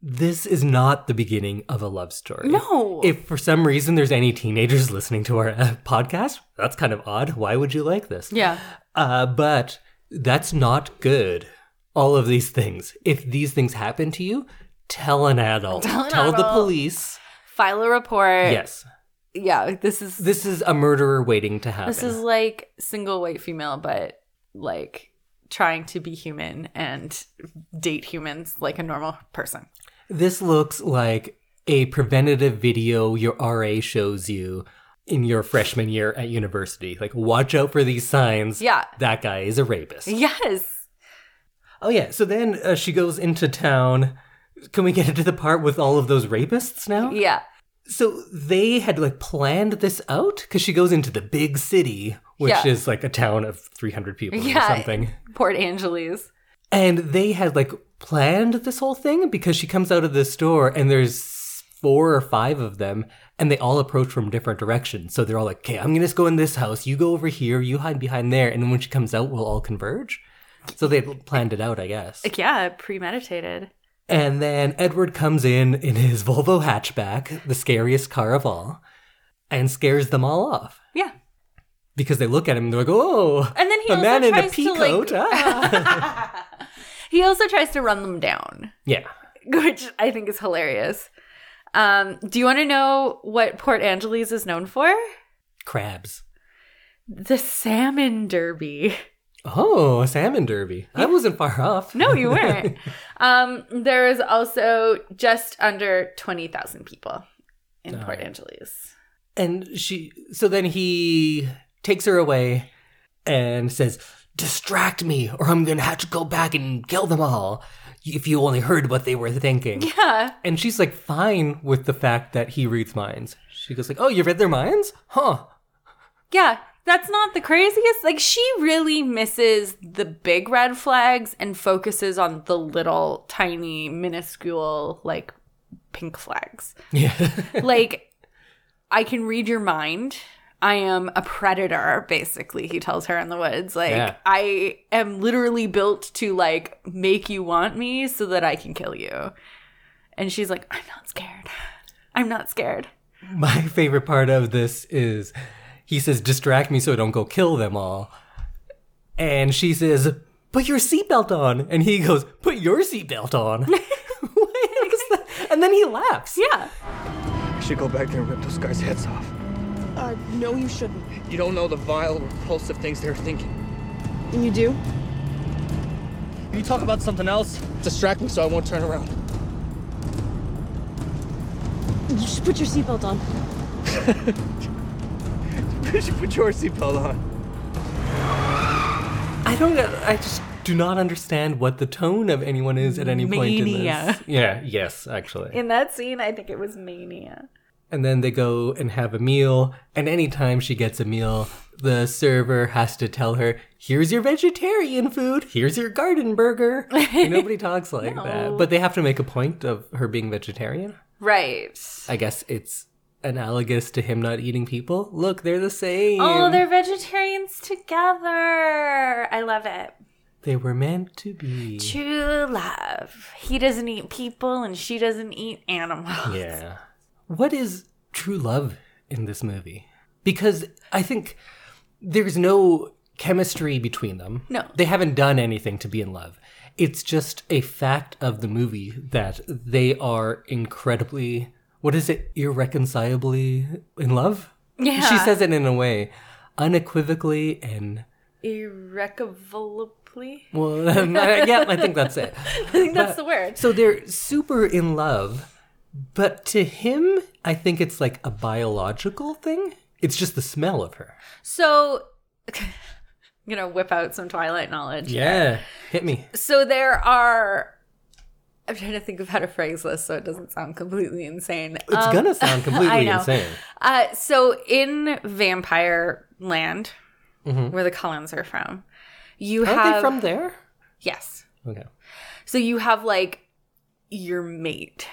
[SPEAKER 1] This is not the beginning of a love story.
[SPEAKER 2] No.
[SPEAKER 1] If for some reason there's any teenagers listening to our uh, podcast, that's kind of odd. Why would you like this?
[SPEAKER 2] yeah.
[SPEAKER 1] Uh, but that's not good. All of these things. If these things happen to you, tell an adult.
[SPEAKER 2] Tell an
[SPEAKER 1] the
[SPEAKER 2] adult.
[SPEAKER 1] police.
[SPEAKER 2] File a report.
[SPEAKER 1] Yes.
[SPEAKER 2] Yeah. like, This is
[SPEAKER 1] This is a murderer waiting to happen.
[SPEAKER 2] this is like single white female, but like trying to be human and date humans like a normal person.
[SPEAKER 1] This looks like a preventative video your RA shows you in your freshman year at university. Like, watch out for these signs.
[SPEAKER 2] Yeah.
[SPEAKER 1] That guy is a rapist.
[SPEAKER 2] Yes.
[SPEAKER 1] Oh yeah. So then
[SPEAKER 2] Oh.
[SPEAKER 1] uh, she goes into town. Can we get into the part with all of those rapists now?
[SPEAKER 2] Yeah.
[SPEAKER 1] So they had like planned this out because she goes into the big city, which
[SPEAKER 2] Yeah.
[SPEAKER 1] is like a town of 300 people
[SPEAKER 2] Yeah.
[SPEAKER 1] or something.
[SPEAKER 2] Port Angeles.
[SPEAKER 1] And they had like planned this whole thing because she comes out of the store and there's four or five of them and they all approach from different directions. So they're all like, okay, I'm going to go in this house. You go over here. You hide behind there. And when she comes out, we'll all converge. So they had planned it out, I guess.
[SPEAKER 2] Like, yeah, premeditated.
[SPEAKER 1] And then Edward comes in in his Volvo hatchback, the scariest car of all, and scares them all off
[SPEAKER 2] Yeah.
[SPEAKER 1] because they look at him and they're like, oh,
[SPEAKER 2] And then he
[SPEAKER 1] a
[SPEAKER 2] also
[SPEAKER 1] man in a
[SPEAKER 2] tries to, like-
[SPEAKER 1] peacoat. ah."
[SPEAKER 2] He also tries to run them down,
[SPEAKER 1] yeah.
[SPEAKER 2] which I think is hilarious. Um, do you want to know what Port Angeles is known for?
[SPEAKER 1] Crabs.
[SPEAKER 2] The salmon derby.
[SPEAKER 1] Oh, a salmon derby. I wasn't far off.
[SPEAKER 2] No, you weren't. um, there is also just under 20,000 people in Port Angeles.
[SPEAKER 1] And she, so then he takes her away and says, distract me or I'm going to have to go back and kill them all if you only heard what they were thinking.
[SPEAKER 2] Yeah.
[SPEAKER 1] And she's like fine with the fact that he reads minds. She goes like, "Oh, you read their minds? Huh?
[SPEAKER 2] Yeah. That's not the craziest. Like, she really misses the big red flags and focuses on the little, tiny, minuscule, like, pink flags.
[SPEAKER 1] Yeah,
[SPEAKER 2] like, I can read your mind. I am a predator, basically, he tells her in the woods. Like,
[SPEAKER 1] Yeah.
[SPEAKER 2] I am literally built to, like, make you want me so that I can kill you. And she's like, I'm not scared. I'm not scared.
[SPEAKER 1] My favorite part of this is he says, "Distract me so I don't go kill them all," and she says, "Put your seatbelt on," and he goes, "Put your seatbelt on." What is that? And then he laughs.
[SPEAKER 2] Yeah.
[SPEAKER 5] I should go back there and rip those guys' heads off.
[SPEAKER 3] Uh, no, you shouldn't.
[SPEAKER 5] You don't know the vile, repulsive things they're thinking.
[SPEAKER 3] You do?
[SPEAKER 5] You talk about something else? Distract me so I won't turn around.
[SPEAKER 3] You should put your seatbelt on.
[SPEAKER 5] you should put your seatbelt on.
[SPEAKER 1] I don't. uh, I just do not understand what the tone of anyone is at any point in
[SPEAKER 2] Mania.
[SPEAKER 1] this. Yeah. Yes, actually.
[SPEAKER 2] In that scene, I think it was mania.
[SPEAKER 1] and then they go and have a meal and anytime she gets a meal the server has to tell her here's your vegetarian food here's your garden burger And nobody talks like that but they have to make a point of her being vegetarian
[SPEAKER 2] Right.
[SPEAKER 1] i guess it's analogous to him not eating people look they're the same
[SPEAKER 2] Oh, they're vegetarians together. I love it.
[SPEAKER 1] they were meant to be
[SPEAKER 2] True love. He doesn't eat people and she doesn't eat animals.
[SPEAKER 1] Yeah. What is true love in this movie? Because I think there's no chemistry between them.
[SPEAKER 2] No.
[SPEAKER 1] They haven't done anything to be in love. It's just a fact of the movie that they are incredibly, what is it, irreconcilably in love?
[SPEAKER 2] Yeah.
[SPEAKER 1] She says it in a way unequivocally and,
[SPEAKER 2] Irrecoverably.
[SPEAKER 1] well, yeah, I think that's it.
[SPEAKER 2] I think that's the word.
[SPEAKER 1] So they're super in love, but to him, I think it's like a biological thing. It's just the smell of her.
[SPEAKER 2] So, I'm going to whip out some Twilight knowledge.
[SPEAKER 1] Yeah. Hit me.
[SPEAKER 2] So, there are. I'm trying to think of how to phrase this so it doesn't sound completely insane.
[SPEAKER 1] It's
[SPEAKER 2] Um,
[SPEAKER 1] gonna sound completely
[SPEAKER 2] know.
[SPEAKER 1] insane.
[SPEAKER 2] Uh, so in Vampire Land, where the Cullens are from, you
[SPEAKER 1] Mm-hmm. Aren't
[SPEAKER 2] have
[SPEAKER 1] they from there?
[SPEAKER 2] yes.
[SPEAKER 1] Okay.
[SPEAKER 2] So you have like your mate,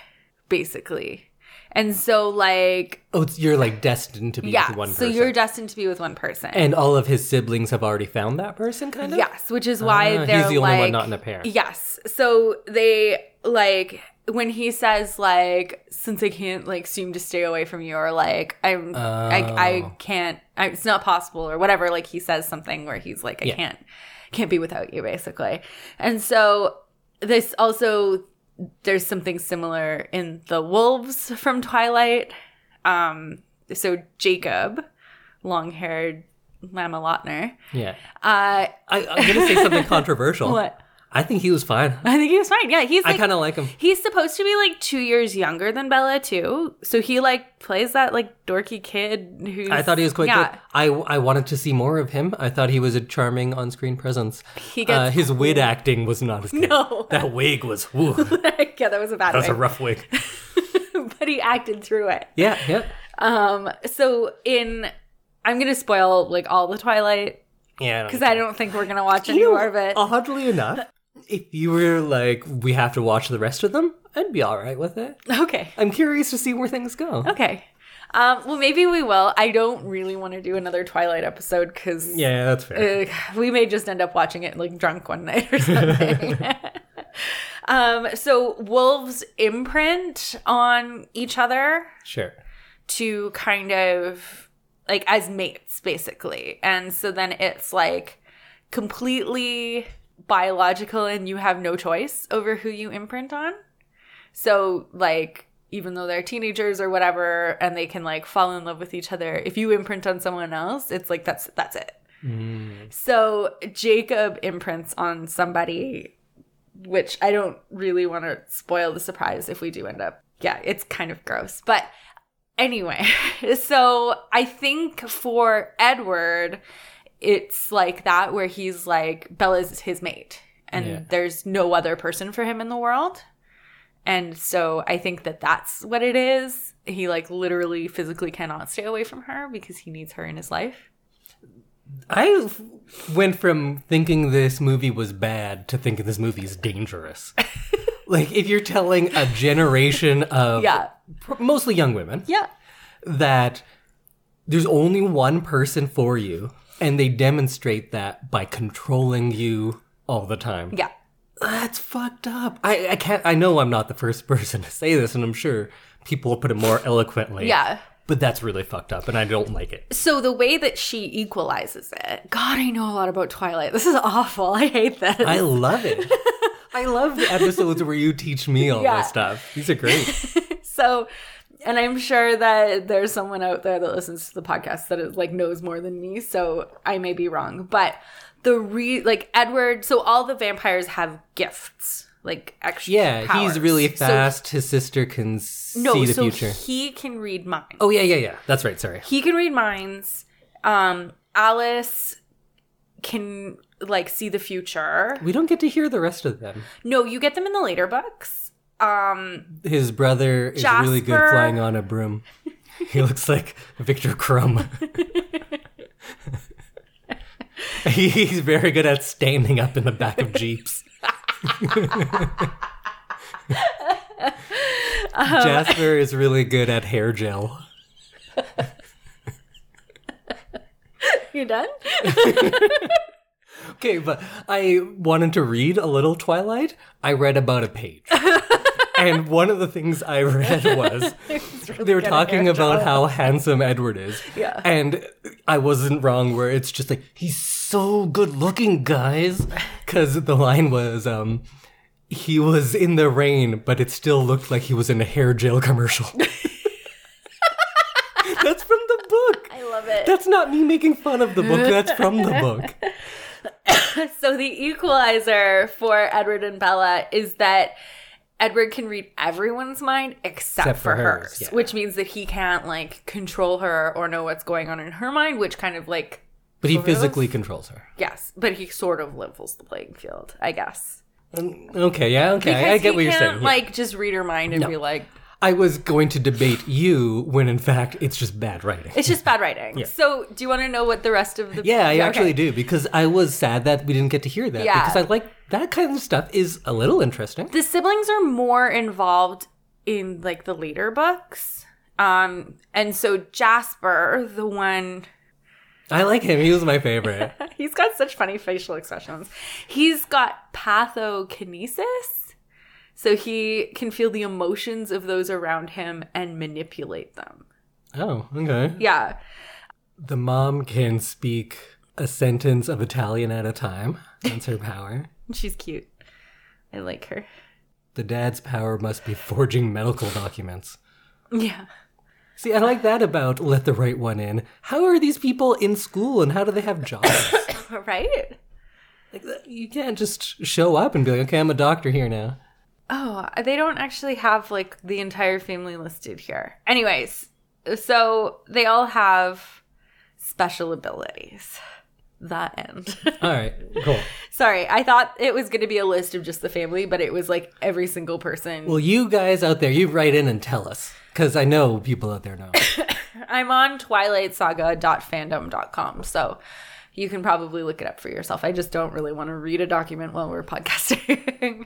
[SPEAKER 2] basically, and so like
[SPEAKER 1] Oh, it's, you're like destined to be
[SPEAKER 2] yeah.
[SPEAKER 1] with one
[SPEAKER 2] So
[SPEAKER 1] person.
[SPEAKER 2] you're destined to be with one person.
[SPEAKER 1] and all of his siblings have already found that person, kind of?
[SPEAKER 2] Yes, which is why
[SPEAKER 1] Ah, he's
[SPEAKER 2] they're
[SPEAKER 1] the only one
[SPEAKER 2] like,
[SPEAKER 1] not in a pair.
[SPEAKER 2] Yes, so they like when he says like since I can't like seem to stay away from you or like I'm I,
[SPEAKER 1] Oh.
[SPEAKER 2] I can't I, it's not possible or whatever like he says something where he's like I
[SPEAKER 1] Yeah.
[SPEAKER 2] can't can't be without you basically, and so this also there's something similar in the wolves from Twilight. Um, so Jacob, long-haired Lama Lotner.
[SPEAKER 1] Yeah.
[SPEAKER 2] Uh,
[SPEAKER 1] I, I'm gonna say something controversial.
[SPEAKER 2] What?
[SPEAKER 1] I think he was fine.
[SPEAKER 2] I think he was fine. Yeah, he's
[SPEAKER 1] I
[SPEAKER 2] like
[SPEAKER 1] kind of like him.
[SPEAKER 2] he's supposed to be like two years younger than Bella too. So he like plays that like dorky kid who
[SPEAKER 1] I thought he was quite
[SPEAKER 2] yeah.
[SPEAKER 1] good. I, I wanted to see more of him. I thought he was a charming on screen presence.
[SPEAKER 2] He gets-
[SPEAKER 1] uh, his wig acting was not as good.
[SPEAKER 2] No.
[SPEAKER 1] That wig was, woo, that
[SPEAKER 2] yeah, that was a bad
[SPEAKER 1] was a
[SPEAKER 2] one.
[SPEAKER 1] rough wig.
[SPEAKER 2] but but he acted through it.
[SPEAKER 1] Yeah, yeah.
[SPEAKER 2] Um, so in I'm gonna spoil like all the Twilight
[SPEAKER 1] Yeah.
[SPEAKER 2] because I don't think we're gonna watch any
[SPEAKER 1] You know,
[SPEAKER 2] more of it.
[SPEAKER 1] Oddly enough, if you were like, we have to watch the rest of them, I'd be all right with it.
[SPEAKER 2] Okay.
[SPEAKER 1] I'm curious to see where things go.
[SPEAKER 2] Okay. Um, well, maybe we will. I don't really want to do another Twilight episode because
[SPEAKER 1] Yeah, that's fair.
[SPEAKER 2] uh, we may just end up watching it like drunk one night or something. um, so wolves imprint on each other
[SPEAKER 1] sure.
[SPEAKER 2] to kind of like as mates basically, and so then it's like completely biological, and you have no choice over who you imprint on. So like even though they're teenagers or whatever and they can like fall in love with each other if you imprint on someone else it's like that's that's it so Jacob imprints on somebody, which I don't really want to spoil the surprise if we do end up. Yeah, it's kind of gross. But anyway, so I think for Edward, it's like that where he's like, Bella's his mate, and
[SPEAKER 1] Yeah.
[SPEAKER 2] there's no other person for him in the world. And so I think that that's what it is. He like literally physically cannot stay away from her because he needs her in his life.
[SPEAKER 1] I f- went from thinking this movie was bad to thinking this movie is dangerous. like, if you're telling a generation of
[SPEAKER 2] Yeah.
[SPEAKER 1] pr- mostly young women
[SPEAKER 2] Yeah.
[SPEAKER 1] that there's only one person for you, and they demonstrate that by controlling you all the time.
[SPEAKER 2] Yeah.
[SPEAKER 1] That's fucked up. I, I can't. I know I'm not the first person to say this, and I'm sure people will put it more eloquently.
[SPEAKER 2] Yeah.
[SPEAKER 1] But that's really fucked up, and I don't like it.
[SPEAKER 2] So the way that she equalizes it, God, I know a lot about Twilight. This is awful. I hate this.
[SPEAKER 1] I love it. I love the episodes where you teach me all
[SPEAKER 2] Yeah.
[SPEAKER 1] this stuff. These are great.
[SPEAKER 2] so, and I'm sure that there's someone out there that listens to the podcast that is, like knows more than me. So I may be wrong, but the re like Edward. So all the vampires have gifts, like extra.
[SPEAKER 1] Yeah, he's
[SPEAKER 2] powers.
[SPEAKER 1] really
[SPEAKER 2] So-
[SPEAKER 1] fast. His sister can
[SPEAKER 2] no,
[SPEAKER 1] see the
[SPEAKER 2] so
[SPEAKER 1] future.
[SPEAKER 2] he can read minds.
[SPEAKER 1] oh yeah, yeah, yeah. That's right. Sorry.
[SPEAKER 2] he can read minds. Um, Alice can like see the future.
[SPEAKER 1] We don't get to hear the rest of them.
[SPEAKER 2] No, you get them in the later books. Um,
[SPEAKER 1] His brother is really good
[SPEAKER 2] Jasper.
[SPEAKER 1] flying on a broom. He looks like Victor Crumb. He- He's very good at standing up in the back of jeeps. Jasper is really good at hair gel.
[SPEAKER 2] you done?
[SPEAKER 1] Okay, but I wanted to read a little Twilight. I read about a page. and one of the things I read was they were talking about how handsome Edward is.
[SPEAKER 2] Yeah.
[SPEAKER 1] And I wasn't wrong where it's just like he's so good looking, guys, cuz the line was um he was in the rain, but it still looked like he was in a hair gel commercial. That's from the book.
[SPEAKER 2] I love it.
[SPEAKER 1] That's not me making fun of the book. That's from the book.
[SPEAKER 2] So the equalizer for Edward and Bella is that Edward can read everyone's mind except,
[SPEAKER 1] Except
[SPEAKER 2] for,
[SPEAKER 1] for
[SPEAKER 2] hers,
[SPEAKER 1] hers, yeah.
[SPEAKER 2] which means that he can't like control her or know what's going on in her mind, which kind of like
[SPEAKER 1] But he physically controls her.
[SPEAKER 2] yes, but he sort of levels the playing field, I guess.
[SPEAKER 1] Um, Okay, yeah, okay. I- I
[SPEAKER 2] Because
[SPEAKER 1] get
[SPEAKER 2] he
[SPEAKER 1] what you're
[SPEAKER 2] can't,
[SPEAKER 1] saying. yeah.
[SPEAKER 2] Like just read her mind and be like,
[SPEAKER 1] I was going to debate you when in fact it's just bad writing.
[SPEAKER 2] it's just bad writing. So do you want to know what the rest of the
[SPEAKER 1] yeah, I
[SPEAKER 2] okay.
[SPEAKER 1] actually do because I was sad that we didn't get to hear that
[SPEAKER 2] Yeah.
[SPEAKER 1] because I like that kind of stuff is a little interesting.
[SPEAKER 2] the siblings are more involved in like the later books um and so jasper the one
[SPEAKER 1] I like him; he was my favorite.
[SPEAKER 2] he's got such funny facial expressions he's got pathokinesis so he can feel the emotions of those around him and manipulate them
[SPEAKER 1] oh, okay.
[SPEAKER 2] yeah
[SPEAKER 1] The mom can speak a sentence of Italian at a time. That's her power.
[SPEAKER 2] she's cute i like her
[SPEAKER 1] The dad's power must be forging medical documents.
[SPEAKER 2] yeah
[SPEAKER 1] See, I like that about let the right one in. How are these people in school and how do they have jobs?
[SPEAKER 2] right
[SPEAKER 1] Like that- you can't just show up and be like, okay, I'm a doctor here now.
[SPEAKER 2] Oh, they don't actually have like the entire family listed here. Anyways, so they all have special abilities. that end.
[SPEAKER 1] All right, cool.
[SPEAKER 2] Sorry, I thought it was going to be a list of just the family, but it was like every single person.
[SPEAKER 1] Well, you guys out there, you write in and tell us because I know people out there know.
[SPEAKER 2] I'm on twilightsaga.fandom.com, so you can probably look it up for yourself. I just don't really want to read a document while we're podcasting.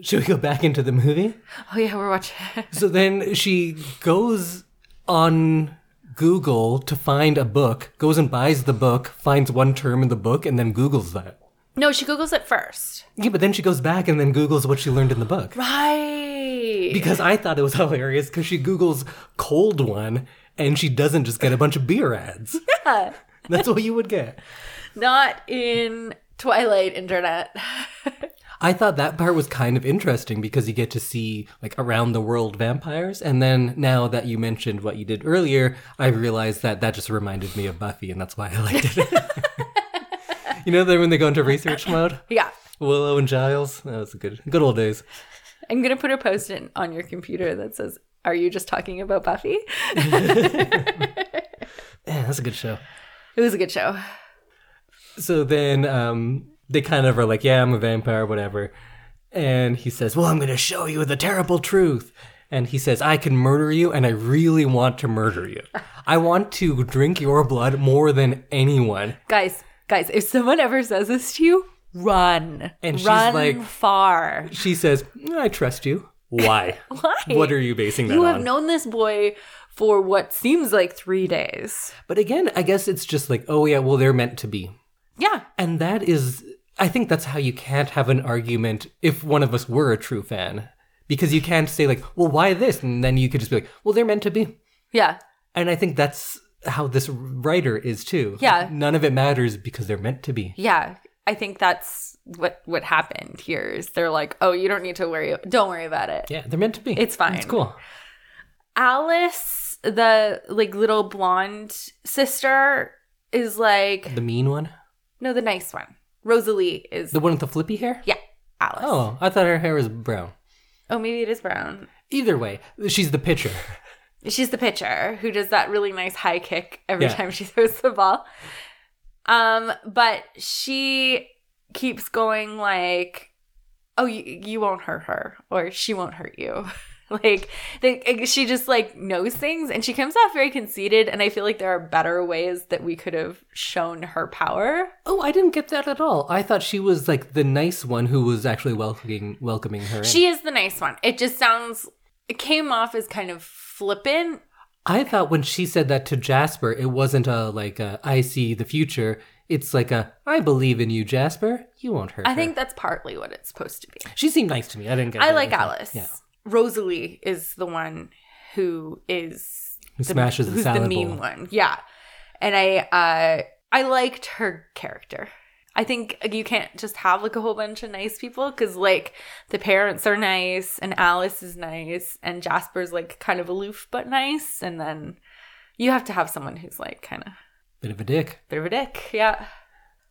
[SPEAKER 1] Should we go back into the movie?
[SPEAKER 2] oh, yeah, we're watching.
[SPEAKER 1] So then she goes on Google to find a book, goes and buys the book, finds one term in the book, and then Googles that.
[SPEAKER 2] no, she Googles it first.
[SPEAKER 1] Yeah, but then she goes back and then Googles what she learned in the book.
[SPEAKER 2] Right.
[SPEAKER 1] Because I thought it was hilarious because she Googles cold one and she doesn't just get a bunch of beer ads.
[SPEAKER 2] Yeah.
[SPEAKER 1] That's what you would get.
[SPEAKER 2] Not in Twilight Internet.
[SPEAKER 1] I thought that part was kind of interesting because you get to see like around the world vampires. And then now that you mentioned what you did earlier, I realized that that just reminded me of Buffy and that's why I liked it. you know, then when they go into research mode,
[SPEAKER 2] yeah.
[SPEAKER 1] Willow and Giles, that was a good, good old days.
[SPEAKER 2] I'm going to put a post it on your computer that says, Are you just talking about Buffy?
[SPEAKER 1] Yeah, that's a good show.
[SPEAKER 2] It was a good show.
[SPEAKER 1] So then um, they kind of are like, yeah, I'm a vampire, whatever. And he says, well, I'm going to show you the terrible truth. And he says, I can murder you, and I really want to murder you. I want to drink your blood more than anyone.
[SPEAKER 2] Guys, guys, if someone ever says this to you, run.
[SPEAKER 1] And she's
[SPEAKER 2] run
[SPEAKER 1] like-
[SPEAKER 2] far.
[SPEAKER 1] She says, "Mm, I trust you. Why?
[SPEAKER 2] Why?
[SPEAKER 1] What are you basing that
[SPEAKER 2] You
[SPEAKER 1] on?
[SPEAKER 2] have known this boy for what seems like three days.
[SPEAKER 1] but again, I guess it's just like, oh, yeah, well, they're meant to be.
[SPEAKER 2] Yeah.
[SPEAKER 1] And that is, I think that's how you can't have an argument if one of us were a true fan. Because you can't say, like, well, why this? And then you could just be like, well, they're meant to be.
[SPEAKER 2] Yeah.
[SPEAKER 1] And I think that's how this writer is too.
[SPEAKER 2] Yeah.
[SPEAKER 1] None of it matters because they're meant to be.
[SPEAKER 2] Yeah. I think that's what what happened here is they're like, oh, you don't need to worry don't worry about it.
[SPEAKER 1] Yeah, they're meant to be.
[SPEAKER 2] It's fine.
[SPEAKER 1] It's cool.
[SPEAKER 2] Alice, the like little blonde sister, is like
[SPEAKER 1] The mean one?
[SPEAKER 2] no, the nice one. Rosalie is
[SPEAKER 1] The one with the flippy hair?
[SPEAKER 2] yeah, Alice.
[SPEAKER 1] Oh,
[SPEAKER 2] Oh.
[SPEAKER 1] I thought her hair was brown.
[SPEAKER 2] maybe it is Brown.
[SPEAKER 1] Either way, she's the pitcher.
[SPEAKER 2] She's the pitcher who does that really nice high kick every
[SPEAKER 1] Yeah.
[SPEAKER 2] time she throws the ball. Um, but she keeps going like, "Oh, you, you won't hurt her, or she won't hurt you." like they, she just like knows things, and she comes off very conceited. And I feel like there are better ways that we could have shown her power.
[SPEAKER 1] Oh, I didn't get that at all. I thought she was like the nice one who was actually welcoming welcoming her. in.
[SPEAKER 2] She is the nice one. It just sounds. It came off as kind of flippant.
[SPEAKER 1] I thought when she said that to Jasper, it wasn't a like a I see the future. It's like a I believe in you, Jasper. You won't hurt.
[SPEAKER 2] I think
[SPEAKER 1] her."
[SPEAKER 2] that's partly what it's supposed to be.
[SPEAKER 1] she seemed nice to me. I didn't get.
[SPEAKER 2] I
[SPEAKER 1] that
[SPEAKER 2] like
[SPEAKER 1] at all.
[SPEAKER 2] Alice.
[SPEAKER 1] Yeah,
[SPEAKER 2] Rosalie is the one who is
[SPEAKER 1] who smashes the
[SPEAKER 2] who's
[SPEAKER 1] salad
[SPEAKER 2] the mean
[SPEAKER 1] bowl.
[SPEAKER 2] one. Yeah. And I uh I liked her character. I think you can't just have like a whole bunch of nice people cuz like the parents are nice and Alice is nice and Jasper's like kind of aloof but nice and then you have to have someone who's like kind of
[SPEAKER 1] Bit of a dick.
[SPEAKER 2] bit of a dick. Yeah.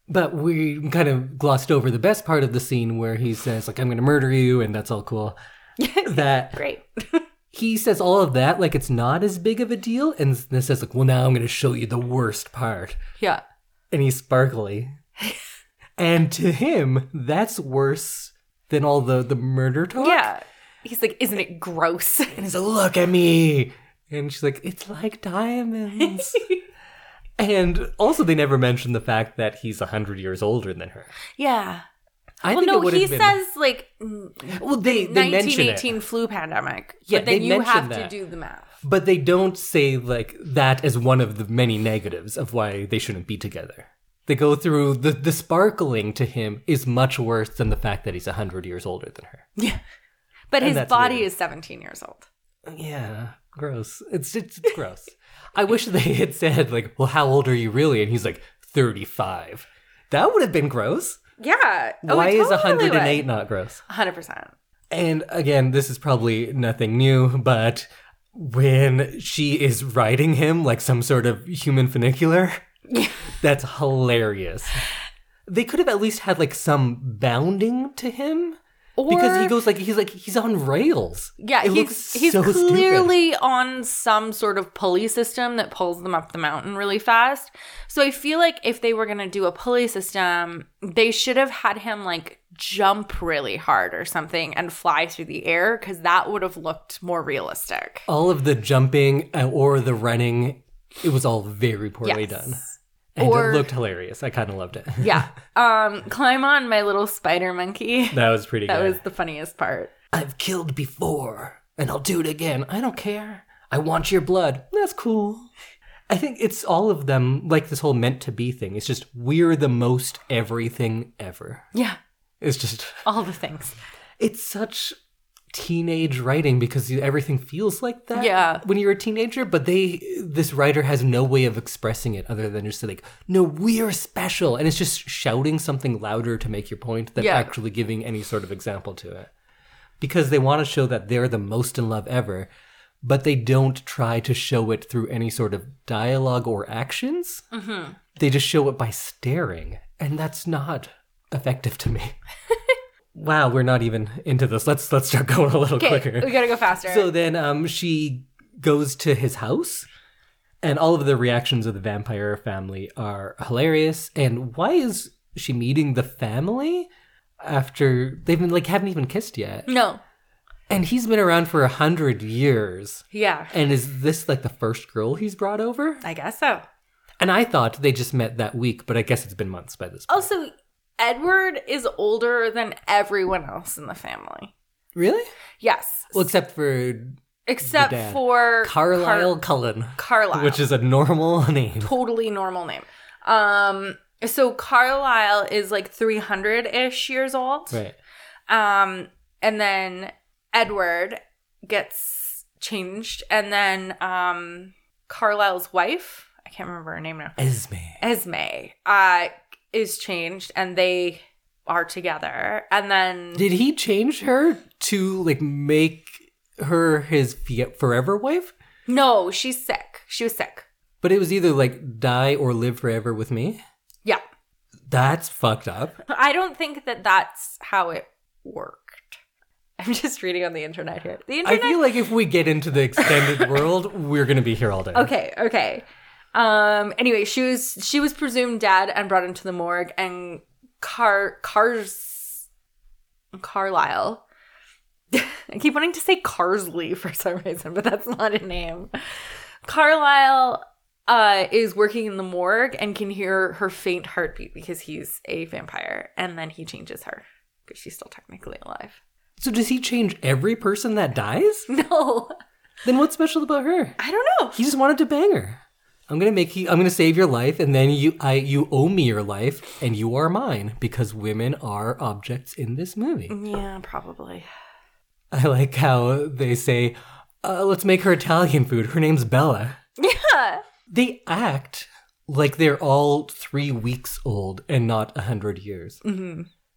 [SPEAKER 1] But we kind of glossed over the best part of the scene where he says, like, I'm going to murder you, and that's all cool. that
[SPEAKER 2] Great.
[SPEAKER 1] he says all of that, like, it's not as big of a deal. And then says, like, well, now I'm going to show you the worst part.
[SPEAKER 2] yeah.
[SPEAKER 1] And he's sparkly. and to him, that's worse than all the, the murder talk.
[SPEAKER 2] Yeah. He's like isn't it gross?
[SPEAKER 1] And he's like, look at me. And she's like, it's like diamonds. and also, they never mention the fact that he's 100 years older than her.
[SPEAKER 2] yeah.
[SPEAKER 1] I
[SPEAKER 2] Well, no,
[SPEAKER 1] would've
[SPEAKER 2] he
[SPEAKER 1] been-
[SPEAKER 2] says like mm,
[SPEAKER 1] Well, they, they mention it.
[SPEAKER 2] 1918 flu pandemic.
[SPEAKER 1] Yeah,
[SPEAKER 2] but then
[SPEAKER 1] they
[SPEAKER 2] you
[SPEAKER 1] mention
[SPEAKER 2] have
[SPEAKER 1] that.
[SPEAKER 2] to do the math.
[SPEAKER 1] But they don't say like that as one of the many negatives of why they shouldn't be together. They go through the the sparkling to him is much worse than the fact that he's hundred years older than her.
[SPEAKER 2] But
[SPEAKER 1] And
[SPEAKER 2] his
[SPEAKER 1] that's
[SPEAKER 2] body
[SPEAKER 1] weird.
[SPEAKER 2] is 17 years old.
[SPEAKER 1] Yeah, gross. It's it's, it's gross. I wish they had said like, "Well, how old are you really?" And he's like, 35. That would have been gross.
[SPEAKER 2] Yeah. Oh,
[SPEAKER 1] why is 108 not gross?
[SPEAKER 2] 100%.
[SPEAKER 1] And again, this is probably nothing new, but when she is riding him like some sort of human funicular, that's hilarious. They could have at least had like some bounding to him.
[SPEAKER 2] Or
[SPEAKER 1] because he goes like he's like he's on rails.
[SPEAKER 2] Yeah,
[SPEAKER 1] It
[SPEAKER 2] he's
[SPEAKER 1] looks
[SPEAKER 2] he's
[SPEAKER 1] so stupid.
[SPEAKER 2] clearly on some sort of pulley system that pulls them up the mountain really fast. So I feel like if they were gonna do a pulley system, they should have had him like jump really hard or something and fly through the air because that would have looked more realistic.
[SPEAKER 1] all of the jumping uh, or the running. It was all very poorly
[SPEAKER 2] Yes.
[SPEAKER 1] done, and
[SPEAKER 2] Or-
[SPEAKER 1] it looked hilarious. I kind of loved it.
[SPEAKER 2] Yeah. um, climb on my little spider monkey.
[SPEAKER 1] that was pretty.
[SPEAKER 2] That
[SPEAKER 1] good.
[SPEAKER 2] was the funniest part.
[SPEAKER 1] I've killed before, and I'll do it again. I don't care. I want your blood. That's cool. I think it's all of them, like this whole meant to be thing. It's just we're the most everything ever.
[SPEAKER 2] Yeah.
[SPEAKER 1] It's just,
[SPEAKER 2] All the things.
[SPEAKER 1] it's such teenage writing because you, everything feels like that
[SPEAKER 2] Yeah.
[SPEAKER 1] when you're a teenager but they this writer has no way of expressing it other than just like no we're special and it's just shouting something louder to make your point than
[SPEAKER 2] Yeah.
[SPEAKER 1] actually giving any sort of example to it because they want to show that they're the most in love ever, but they don't try to show it through any sort of dialogue or actions. They just show it by staring, and that's not effective to me. wow, we're not even into this. Let's let's start going a little
[SPEAKER 2] Okay,
[SPEAKER 1] quicker.
[SPEAKER 2] we gotta go faster.
[SPEAKER 1] So then um, she goes to his house, and all of the reactions of the vampire family are hilarious. And why is she meeting the family after they've been like haven't even kissed yet?
[SPEAKER 2] no.
[SPEAKER 1] And he's been around for a hundred years.
[SPEAKER 2] Yeah.
[SPEAKER 1] And is this like the first girl he's brought over?
[SPEAKER 2] I guess so.
[SPEAKER 1] And I thought they just met that week, but I guess it's been months by this point.
[SPEAKER 2] Also, Edward is older than everyone else in the family.
[SPEAKER 1] really?
[SPEAKER 2] Yes.
[SPEAKER 1] Well, except for
[SPEAKER 2] Except
[SPEAKER 1] the dad.
[SPEAKER 2] for
[SPEAKER 1] Carlisle Cullen,
[SPEAKER 2] Car- Carlisle.
[SPEAKER 1] which is a normal name.
[SPEAKER 2] totally normal name. Um so Carlisle is like 300-ish years old.
[SPEAKER 1] Right.
[SPEAKER 2] Um and then Edward gets changed and then um Carlisle's wife, I can't remember her name now.
[SPEAKER 1] Esme.
[SPEAKER 2] Esme uh is changed and they are together. And then
[SPEAKER 1] Did he change her to like make her his fie- forever wife?
[SPEAKER 2] No, she's sick. She was sick.
[SPEAKER 1] But it was either like die or live forever with me.
[SPEAKER 2] Yeah.
[SPEAKER 1] That's fucked up.
[SPEAKER 2] I don't think that that's how it worked. I'm just reading on the internet here. The
[SPEAKER 1] I
[SPEAKER 2] internet.
[SPEAKER 1] feel like if we get into the extended world, we're gonna be here all day.
[SPEAKER 2] okay, okay. Um anyway, she was she was presumed dead and brought into the morgue and Car Cars Carlisle. I keep wanting to say Carsley for some reason, but that's not a name. Carlisle uh, is working in the morgue and can hear her faint heartbeat because he's a vampire, and then he changes her because she's still technically alive.
[SPEAKER 1] So does he change every person that dies?
[SPEAKER 2] No,
[SPEAKER 1] Then what's special about her?
[SPEAKER 2] I don't know.
[SPEAKER 1] He just wanted to bang her. I'm gonna make you. I'm gonna save your life, and then you. I. You owe me your life, and you are mine because women are objects in this movie.
[SPEAKER 2] Yeah, probably.
[SPEAKER 1] I like how they say, uh, "Let's make her Italian food." Her name's Bella.
[SPEAKER 2] Yeah.
[SPEAKER 1] They act like they're all three weeks old and not a hundred years.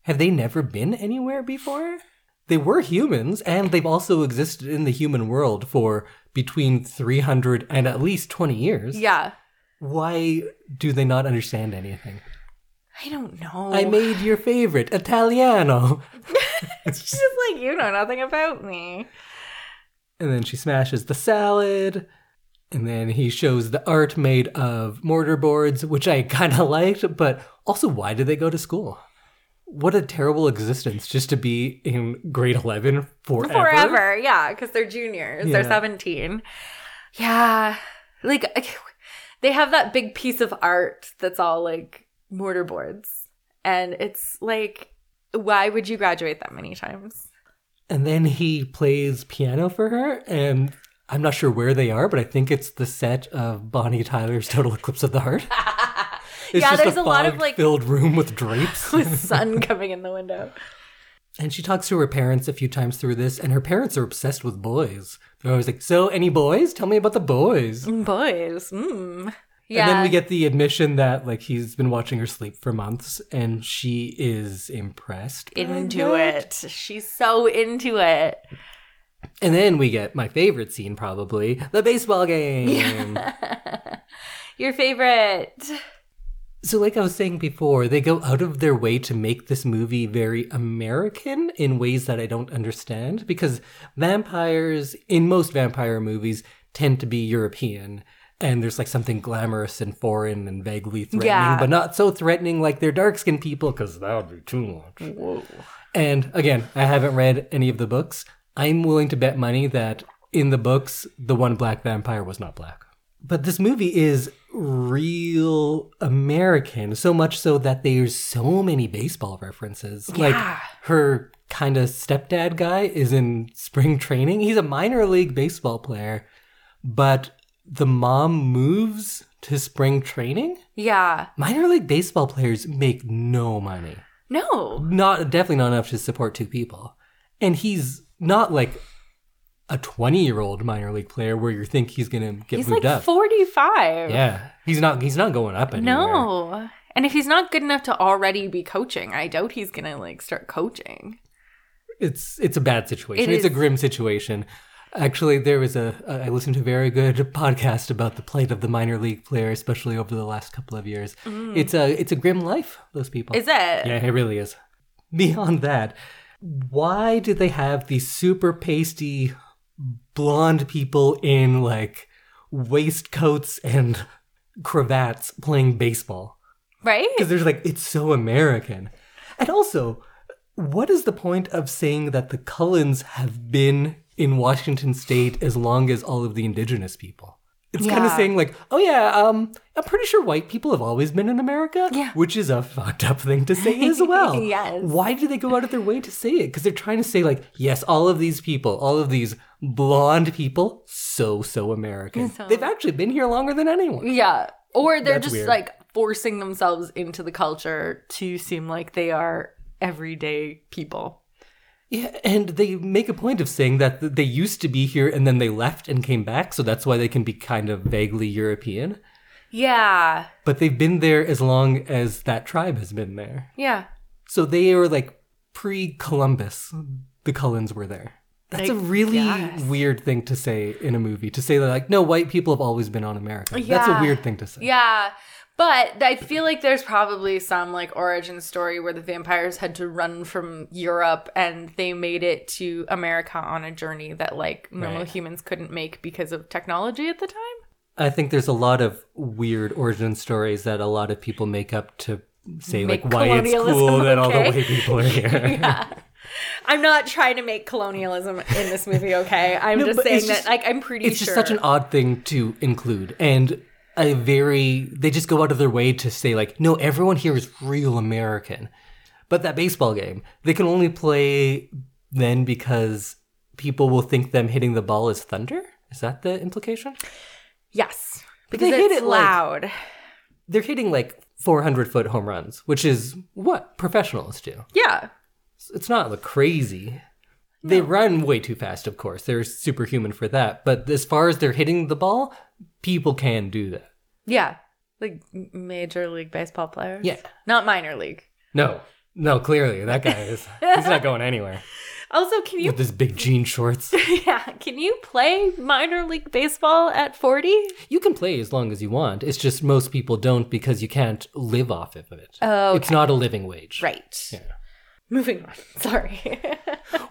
[SPEAKER 1] Have they never been anywhere before? They were humans, and they've also existed in the human world for between 300 and at least 20 years.
[SPEAKER 2] Yeah.
[SPEAKER 1] Why do they not understand anything?
[SPEAKER 2] I don't know.
[SPEAKER 1] I made your favorite, Italiano.
[SPEAKER 2] She's just like, you know nothing about me.
[SPEAKER 1] And then she smashes the salad. And then he shows the art made of mortar boards, which I kind of liked, but also, why did they go to school? What a terrible existence just to be in grade 11 forever.
[SPEAKER 2] Forever. Yeah, because they're juniors. They're
[SPEAKER 1] Yeah.
[SPEAKER 2] 17. Yeah. Like, they have that big piece of art that's all like mortar boards. And it's like, why would you graduate that many times?
[SPEAKER 1] And then he plays piano for her, and I'm not sure where they are, but I think it's the set of Bonnie Tyler's Total Eclipse of the Heart. It's
[SPEAKER 2] Yeah,
[SPEAKER 1] just
[SPEAKER 2] there's a lot of,
[SPEAKER 1] fog
[SPEAKER 2] like-
[SPEAKER 1] filled room with drapes.
[SPEAKER 2] With sun coming in the window.
[SPEAKER 1] And she talks to her parents a few times through this, and her parents are obsessed with boys. They're always like, So, any boys? Tell me about the boys.
[SPEAKER 2] Boys. Mm.
[SPEAKER 1] And
[SPEAKER 2] Yeah.
[SPEAKER 1] then we get the admission that, like, he's been watching her sleep for months, and she is impressed. by
[SPEAKER 2] into
[SPEAKER 1] that.
[SPEAKER 2] it. She's so into it.
[SPEAKER 1] And then we get my favorite scene, probably the baseball game.
[SPEAKER 2] Your favorite.
[SPEAKER 1] So, like I was saying before, they go out of their way to make this movie very American in ways that I don't understand because vampires, in most vampire movies, tend to be European. And there's like something glamorous and foreign and vaguely threatening,
[SPEAKER 2] Yeah.
[SPEAKER 1] but not so threatening like they're dark skinned people because that would be too much. And again, I haven't read any of the books. I'm willing to bet money that in the books, the one black vampire was not black. But this movie is real American, so much so that there's so many baseball references. Like her kind of stepdad guy is in spring training. He's a minor league baseball player, but the mom moves to spring training.
[SPEAKER 2] Yeah.
[SPEAKER 1] Minor league baseball players make no money
[SPEAKER 2] No.
[SPEAKER 1] not definitely not enough to support two people. And he's not like a 20 year old minor league player where you think he's gonna get
[SPEAKER 2] He's
[SPEAKER 1] moved
[SPEAKER 2] like
[SPEAKER 1] up.
[SPEAKER 2] 45.
[SPEAKER 1] Yeah, he's not. He's not going up anywhere.
[SPEAKER 2] No. And if he's not good enough to already be coaching, I doubt he's going to like start coaching.
[SPEAKER 1] it's it's a bad situation.
[SPEAKER 2] It
[SPEAKER 1] it's a
[SPEAKER 2] is.
[SPEAKER 1] grim situation. Actually, there was a I listened to a very good podcast about the plight of the minor league player, especially over the last couple of years. It's a it's a grim life. Those people.
[SPEAKER 2] Mm. Is it?
[SPEAKER 1] Yeah, it really is. Beyond that, why do they have these super pasty blonde people in like waistcoats and cravats playing baseball?
[SPEAKER 2] Right?
[SPEAKER 1] Because there's like, it's so American. And also, what is the point of saying that the Cullens have been in Washington state as long as all of the indigenous people? It's kind of
[SPEAKER 2] Yeah.
[SPEAKER 1] saying like, oh yeah, um, I'm pretty sure white people have always been in America,
[SPEAKER 2] Yeah.
[SPEAKER 1] which is a fucked up thing to say as well.
[SPEAKER 2] Yes.
[SPEAKER 1] Why do they go out of their way to say it? Because they're trying to say like, yes, all of these people, all of these blonde people, so so American.
[SPEAKER 2] So-
[SPEAKER 1] They've actually been here longer than anyone.
[SPEAKER 2] Yeah. Or they're
[SPEAKER 1] That's
[SPEAKER 2] just
[SPEAKER 1] weird.
[SPEAKER 2] like forcing themselves into the culture to seem like they are everyday people.
[SPEAKER 1] Yeah, and they make a point of saying that th- they used to be here and then they left and came back, so that's why they can be kind of vaguely European.
[SPEAKER 2] Yeah.
[SPEAKER 1] But they've been there as long as that tribe has been there.
[SPEAKER 2] Yeah.
[SPEAKER 1] So they are like pre Columbus, the Cullens were there. That's a
[SPEAKER 2] Like,
[SPEAKER 1] really
[SPEAKER 2] yes.
[SPEAKER 1] weird thing to say in a movie to say that, like, no, white people have always been on America. That's
[SPEAKER 2] Yeah.
[SPEAKER 1] a weird thing to say.
[SPEAKER 2] Yeah. But I feel like there's probably some like origin story where the vampires had to run from Europe and they made it to America on a journey that like normal
[SPEAKER 1] Right.
[SPEAKER 2] humans couldn't make because of technology at the time.
[SPEAKER 1] I think there's a lot of weird origin stories that a lot of people make up to say,
[SPEAKER 2] Make
[SPEAKER 1] like, why it's
[SPEAKER 2] colonialism
[SPEAKER 1] cool that all the
[SPEAKER 2] okay.
[SPEAKER 1] white people are here.
[SPEAKER 2] I'm not trying to make colonialism in this movie, okay? I'm
[SPEAKER 1] No,
[SPEAKER 2] just
[SPEAKER 1] but
[SPEAKER 2] saying
[SPEAKER 1] it's just-
[SPEAKER 2] that like I'm pretty
[SPEAKER 1] it's
[SPEAKER 2] sure
[SPEAKER 1] just such an odd thing to include and a very they just go out of their way to say like no everyone here is real american but that baseball game they can only play then because people will think them hitting the ball is thunder is that the implication
[SPEAKER 2] Yes.
[SPEAKER 1] But
[SPEAKER 2] Because
[SPEAKER 1] they hit
[SPEAKER 2] it's
[SPEAKER 1] it, like-
[SPEAKER 2] loud.
[SPEAKER 1] they're hitting like 400 foot home runs which is what professionals do
[SPEAKER 2] yeah.
[SPEAKER 1] it's not like crazy. They run way too fast, of course. They're superhuman for that. But as far as they're hitting the ball, people can do that.
[SPEAKER 2] Yeah. Like m- major league baseball players.
[SPEAKER 1] Yeah.
[SPEAKER 2] Not minor league.
[SPEAKER 1] No, no, clearly that guy is. he's not going anywhere
[SPEAKER 2] Also, can you
[SPEAKER 1] with his big jean shorts.
[SPEAKER 2] Yeah, can you play minor league baseball at 40?
[SPEAKER 1] You can play as long as you want. It's just most people don't because you can't live off of it.
[SPEAKER 2] Oh,
[SPEAKER 1] It's not a living wage.
[SPEAKER 2] Right.
[SPEAKER 1] Yeah.
[SPEAKER 2] Moving on. Sorry.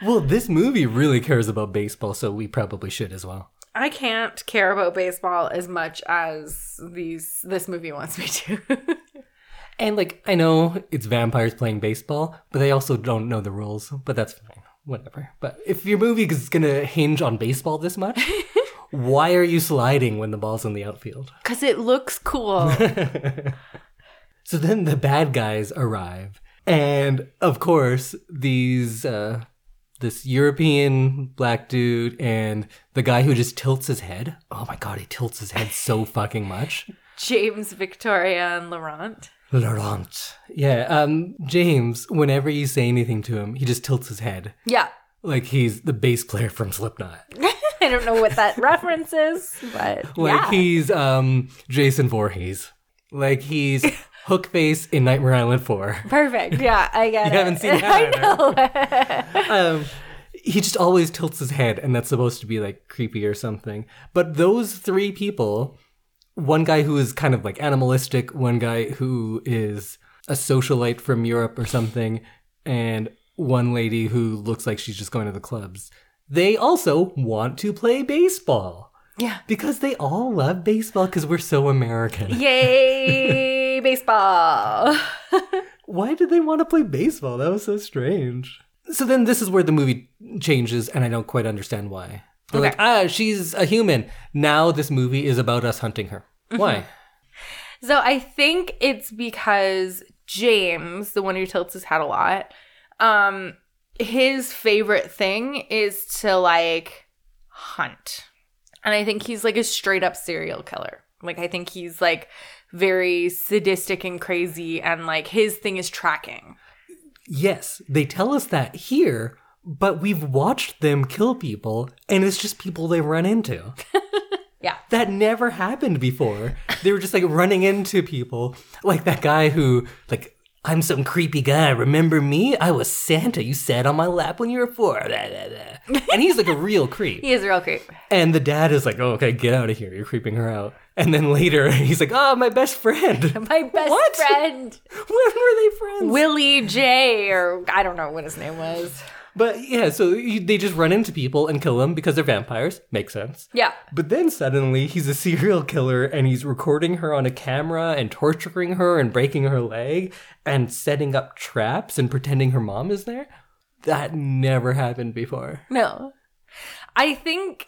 [SPEAKER 1] Well, this movie really cares about baseball, so we probably should as well.
[SPEAKER 2] I can't care about baseball as much as these this movie wants me to.
[SPEAKER 1] And like, I know it's vampires playing baseball, but they also don't know the rules. But that's fine, whatever. But if your movie is gonna hinge on baseball this much, why are you sliding when the ball's in the outfield?
[SPEAKER 2] Cuz it looks cool.
[SPEAKER 1] So then the bad guys arrive, and of course these uh, this European black dude and the guy who just tilts his head. Oh my god, he tilts his head so fucking much.
[SPEAKER 2] James, Victoria, and Laurent.
[SPEAKER 1] Laurent. Yeah, um, James. Whenever you say anything to him, he just tilts his head.
[SPEAKER 2] Yeah.
[SPEAKER 1] like he's the bass player from Slipknot.
[SPEAKER 2] I don't know what that reference is, but
[SPEAKER 1] Like
[SPEAKER 2] yeah.
[SPEAKER 1] he's um Jason Voorhees. Like he's Hookface in Nightmare Island 4.
[SPEAKER 2] Perfect. Yeah, I get it.
[SPEAKER 1] haven't seen that
[SPEAKER 2] I know.
[SPEAKER 1] Um he just always tilts his head and that's supposed to be like creepy or something. But those three people one guy who is kind of like animalistic, one guy who is a socialite from Europe or something, and one lady who looks like she's just going to the clubs. They also want to play baseball
[SPEAKER 2] Yeah.
[SPEAKER 1] because they all love baseball because we're so American.
[SPEAKER 2] Yay, baseball.
[SPEAKER 1] Why did they want to play baseball? That was so strange. So then this is where the movie changes, and I don't quite understand why. They're like, ah, she's a human. Now this movie is about us hunting her. Why?
[SPEAKER 2] So I think it's because James, the one who tilts his hat a lot, um, his favorite thing is to like hunt. And I think he's like a straight up serial killer. Like I think he's like very sadistic and crazy and like his thing is tracking.
[SPEAKER 1] Yes, they tell us that here, but we've watched them kill people, and it's just people they run into.
[SPEAKER 2] Yeah.
[SPEAKER 1] That never happened before. They were just like running into people, like that guy who, like, I'm some creepy guy. Remember me? I was Santa. You sat on my lap when you were four. Da, da, da. And he's like a real creep.
[SPEAKER 2] He is a real creep.
[SPEAKER 1] And the dad is like, oh, okay, get out of here. You're creeping her out. And then later, he's like, oh, my best friend.
[SPEAKER 2] My best
[SPEAKER 1] What?
[SPEAKER 2] friend
[SPEAKER 1] when were they friends?
[SPEAKER 2] Willie J or I don't know what his name was.
[SPEAKER 1] But yeah, so you- they just run into people and kill them because they're vampires. Makes sense.
[SPEAKER 2] Yeah.
[SPEAKER 1] But then suddenly he's a serial killer and he's recording her on a camera and torturing her and breaking her leg and setting up traps and pretending her mom is there. That never happened before.
[SPEAKER 2] No. I think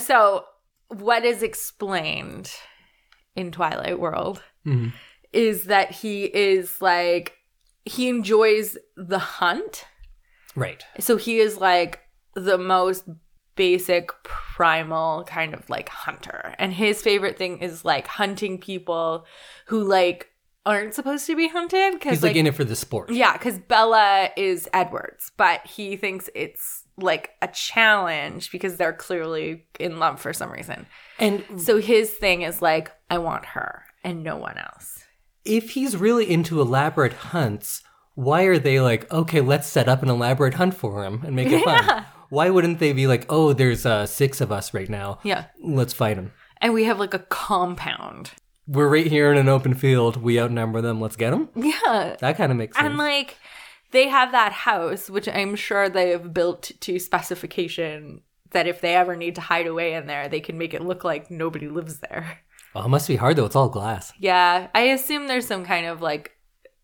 [SPEAKER 2] so. What is explained in Twilight World
[SPEAKER 1] Mm-hmm.
[SPEAKER 2] is that he is like, he enjoys the hunt.
[SPEAKER 1] Right.
[SPEAKER 2] So he is like the most basic, primal kind of like hunter. And his favorite thing is like hunting people who like aren't supposed to be hunted.
[SPEAKER 1] He's
[SPEAKER 2] because
[SPEAKER 1] like, in it for the sport.
[SPEAKER 2] yeah, because Bella is Edwards, but he thinks it's like a challenge because they're clearly in love for some reason.
[SPEAKER 1] And
[SPEAKER 2] So his thing is like, I want her and no one else.
[SPEAKER 1] if he's really into elaborate hunts, why are they like, okay, let's set up an elaborate hunt for him and make it fun? Why wouldn't they be like, oh, there's uh, six of us right now.
[SPEAKER 2] Yeah.
[SPEAKER 1] Let's fight him.
[SPEAKER 2] And we have like a compound.
[SPEAKER 1] We're right here in an open field. We outnumber them. Let's get them.
[SPEAKER 2] Yeah.
[SPEAKER 1] That kind of makes sense.
[SPEAKER 2] And like, they have that house, which I'm sure they have built to specification that if they ever need to hide away in there, they can make it look like nobody lives there.
[SPEAKER 1] oh, it must be hard though. It's all glass.
[SPEAKER 2] Yeah. I assume there's some kind of like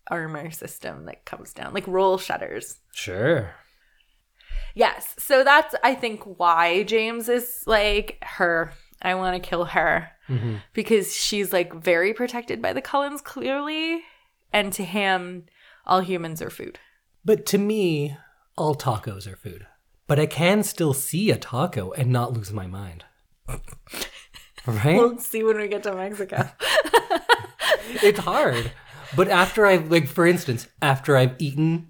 [SPEAKER 2] armor system that comes down, like roll shutters.
[SPEAKER 1] Sure.
[SPEAKER 2] Yes. So that's, I think, why James is like, her. I want to kill her because she's like very protected by the Cullens, clearly. And to him, all humans are food.
[SPEAKER 1] But to me, all tacos are food. But I can still see a taco and not lose my mind. Right?
[SPEAKER 2] We'll see when we get to Mexico.
[SPEAKER 1] it's hard. But after I've like for instance, after I've eaten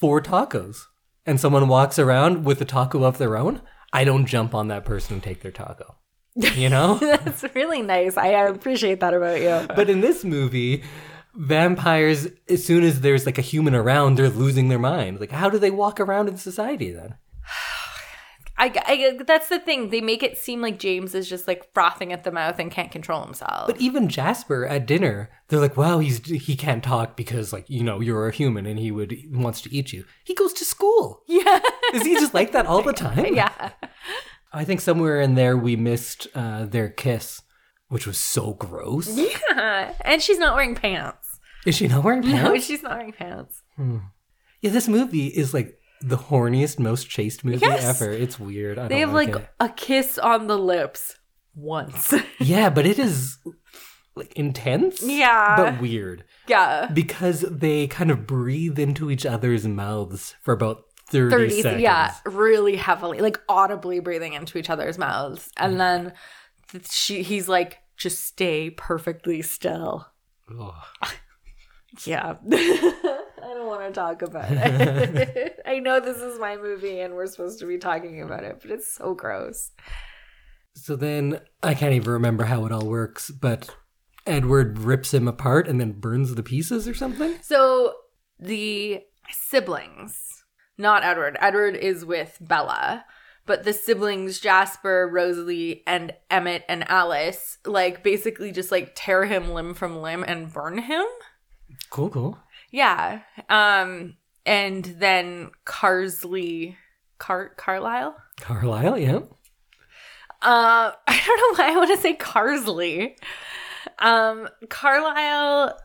[SPEAKER 1] four tacos and someone walks around with a taco of their own, I don't jump on that person and take their taco. You know?
[SPEAKER 2] that's really nice. I appreciate that about you.
[SPEAKER 1] but in this movie, vampires as soon as there's like a human around, they're losing their mind. Like how do they walk around in society then?
[SPEAKER 2] I, I- that's the thing. They make it seem like James is just like frothing at the mouth and can't control himself.
[SPEAKER 1] But even Jasper at dinner, they're like, "Wow, he's he can't talk because like you know you're a human and he would wants to eat you." He goes to school.
[SPEAKER 2] yeah.
[SPEAKER 1] Is he just like that all the time?
[SPEAKER 2] yeah.
[SPEAKER 1] I think somewhere in there we missed uh, their kiss, which was so gross.
[SPEAKER 2] Yeah. And she's not wearing pants.
[SPEAKER 1] Is she not wearing pants?
[SPEAKER 2] No, she's not wearing pants.
[SPEAKER 1] Oh, yeah, this movie is like the horniest, most chaste movie
[SPEAKER 2] Yes.
[SPEAKER 1] ever. It's weird. I
[SPEAKER 2] They
[SPEAKER 1] don't
[SPEAKER 2] have like
[SPEAKER 1] it.
[SPEAKER 2] a kiss on the lips once.
[SPEAKER 1] yeah, but it is like intense.
[SPEAKER 2] Yeah.
[SPEAKER 1] but weird
[SPEAKER 2] yeah.
[SPEAKER 1] because they kind of breathe into each other's mouths for about thirty,
[SPEAKER 2] 30,
[SPEAKER 1] seconds.
[SPEAKER 2] yeah, really heavily, like audibly breathing into each other's mouths.
[SPEAKER 1] Mm.
[SPEAKER 2] And then th- she he's like just stay perfectly still.
[SPEAKER 1] Ugh.
[SPEAKER 2] Yeah. I don't want to talk about it. I know this is my movie and we're supposed to be talking about it, but it's so gross.
[SPEAKER 1] So then I can't even remember how it all works, but Edward rips him apart and then burns the pieces or something.
[SPEAKER 2] So the siblings, not Edward. Edward is with Bella. but the siblings Jasper, Rosalie, and Emmett and Alice like basically just like tear him limb from limb and burn him.
[SPEAKER 1] Cool, cool.
[SPEAKER 2] Yeah. Um and then Carsley Car Carlisle.
[SPEAKER 1] Carlisle, yeah.
[SPEAKER 2] Uh I don't know why I want to say Carsley. Um Carlisle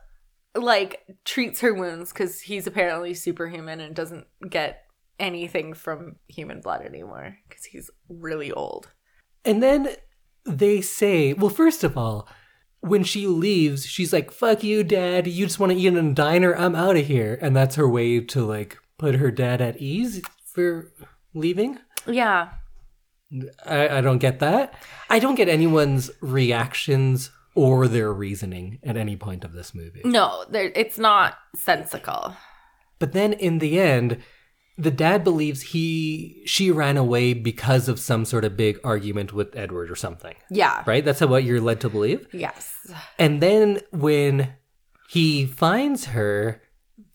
[SPEAKER 2] like treats her wounds cuz he's apparently superhuman and doesn't get anything from human blood anymore cuz he's really old.
[SPEAKER 1] And then they say, well, first of all, when she leaves, she's like, fuck you, dad. You just want to eat in a diner. I'm out of here. And that's her way to like put her dad at ease for leaving.
[SPEAKER 2] Yeah.
[SPEAKER 1] I, I don't get that. I don't get anyone's reactions or their reasoning at any point of this movie.
[SPEAKER 2] No, there it's not sensical.
[SPEAKER 1] But then in the end, the dad believes he she ran away because of some sort of big argument with Edward or something.
[SPEAKER 2] Yeah.
[SPEAKER 1] Right? That's what you're led to believe.
[SPEAKER 2] Yes.
[SPEAKER 1] And then when he finds her,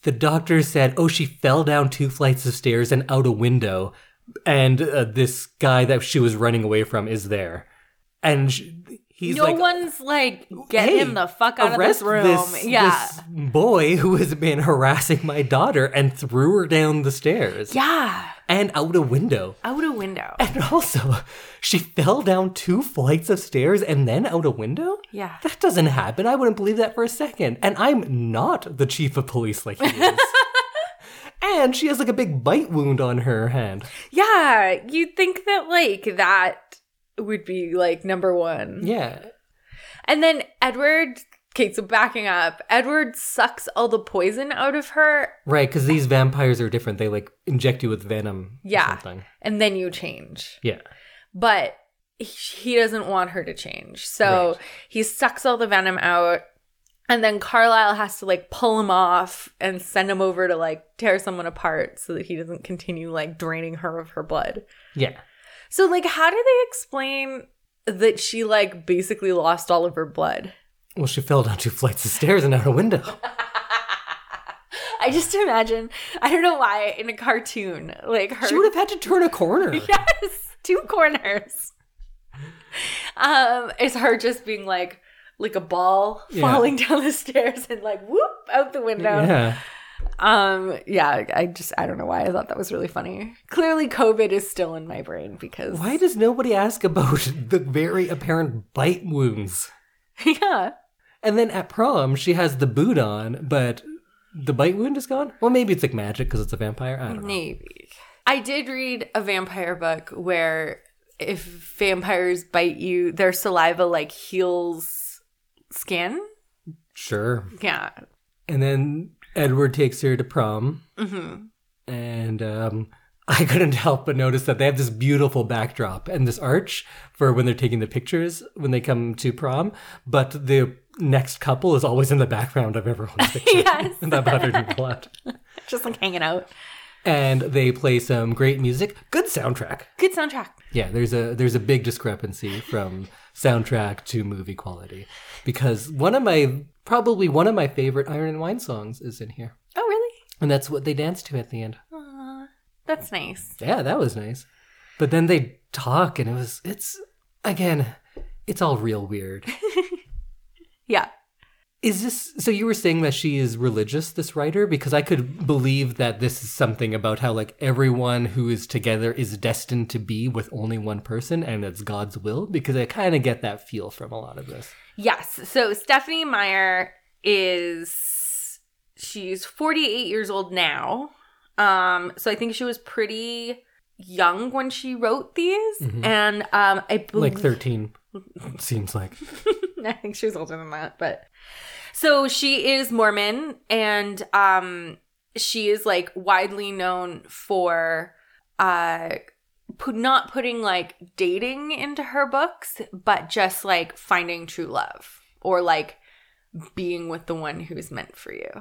[SPEAKER 1] the doctor said, "Oh, she fell down two flights of stairs and out a window, and uh, this guy that she was running away from is there." And sh he's
[SPEAKER 2] no
[SPEAKER 1] like,
[SPEAKER 2] one's like get
[SPEAKER 1] "Hey,
[SPEAKER 2] him the fuck out of
[SPEAKER 1] arrest
[SPEAKER 2] this room.
[SPEAKER 1] this-
[SPEAKER 2] yeah.
[SPEAKER 1] this boy who has been harassing my daughter and threw her down the stairs
[SPEAKER 2] Yeah.
[SPEAKER 1] and out a window."
[SPEAKER 2] Out a window.
[SPEAKER 1] And also, she fell down two flights of stairs and then out a window?
[SPEAKER 2] Yeah.
[SPEAKER 1] That doesn't happen. I wouldn't believe that for a second. And I'm not the chief of police like he is. and she has like a big bite wound on her hand.
[SPEAKER 2] Yeah. You'd think that like that would be like number one.
[SPEAKER 1] Yeah.
[SPEAKER 2] And then Edward Okay, so backing up, Edward sucks all the poison out of her
[SPEAKER 1] Right, because these vampires are different. They like inject you with venom or
[SPEAKER 2] Yeah.
[SPEAKER 1] something.
[SPEAKER 2] and then you change.
[SPEAKER 1] Yeah.
[SPEAKER 2] but he- he doesn't want her to change. So
[SPEAKER 1] Right.
[SPEAKER 2] he sucks all the venom out. And then Carlisle has to like pull him off and send him over to like tear someone apart so that he doesn't continue like draining her of her blood.
[SPEAKER 1] Yeah.
[SPEAKER 2] So, like, how do they explain that she like basically lost all of her blood?
[SPEAKER 1] Well, she fell down two flights of stairs and out a window.
[SPEAKER 2] I just imagine, I don't know why, in a cartoon, like her.
[SPEAKER 1] She would have had to turn a corner.
[SPEAKER 2] yes, two corners. Um, it's her just being like like a ball
[SPEAKER 1] Yeah.
[SPEAKER 2] falling down the stairs and like whoop out the window.
[SPEAKER 1] Yeah.
[SPEAKER 2] Um, yeah, I just I don't know why I thought that was really funny. Clearly, COVID is still in my brain because
[SPEAKER 1] Why does nobody ask about the very apparent bite wounds?
[SPEAKER 2] yeah,
[SPEAKER 1] And then at prom, she has the boot on, but the bite wound is gone? Well, maybe it's like magic because it's a vampire. I don't know.
[SPEAKER 2] maybe I did read a vampire book where if vampires bite you, their saliva like heals skin.
[SPEAKER 1] Sure.
[SPEAKER 2] Yeah,
[SPEAKER 1] And then Edward takes her to prom. Mm-hmm. And um, I couldn't help but notice that they have this beautiful backdrop and this arch for when they're taking the pictures when they come to prom. But the next couple is always in the background of everyone's picture.
[SPEAKER 2] Yes.
[SPEAKER 1] that bothered me a lot.
[SPEAKER 2] just like hanging out.
[SPEAKER 1] And they play some great music. Good soundtrack.
[SPEAKER 2] Good soundtrack.
[SPEAKER 1] Yeah, there's a there's a big discrepancy from soundtrack to movie quality because one of my probably one of my favorite Iron and Wine songs is in here.
[SPEAKER 2] Oh, really?
[SPEAKER 1] And that's what they danced to at the end.
[SPEAKER 2] That's nice.
[SPEAKER 1] Yeah, that was nice. But then they talk and it was it's again, it's all real weird.
[SPEAKER 2] Yeah.
[SPEAKER 1] Is this so you were saying that she is religious this writer because I could believe that this is something about how like everyone who is together is destined to be with only one person and it's God's will because I kind of get that feel from a lot of this.
[SPEAKER 2] Yes. So Stephanie Meyer is she's 48 years old now. Um so I think she was pretty young when she wrote these and um I believe
[SPEAKER 1] Like 13 seems like.
[SPEAKER 2] I think she was older than that, but so she is Mormon and um she is like widely known for uh pu- not putting like dating into her books, but just like finding true love or like being with the one who's meant for you.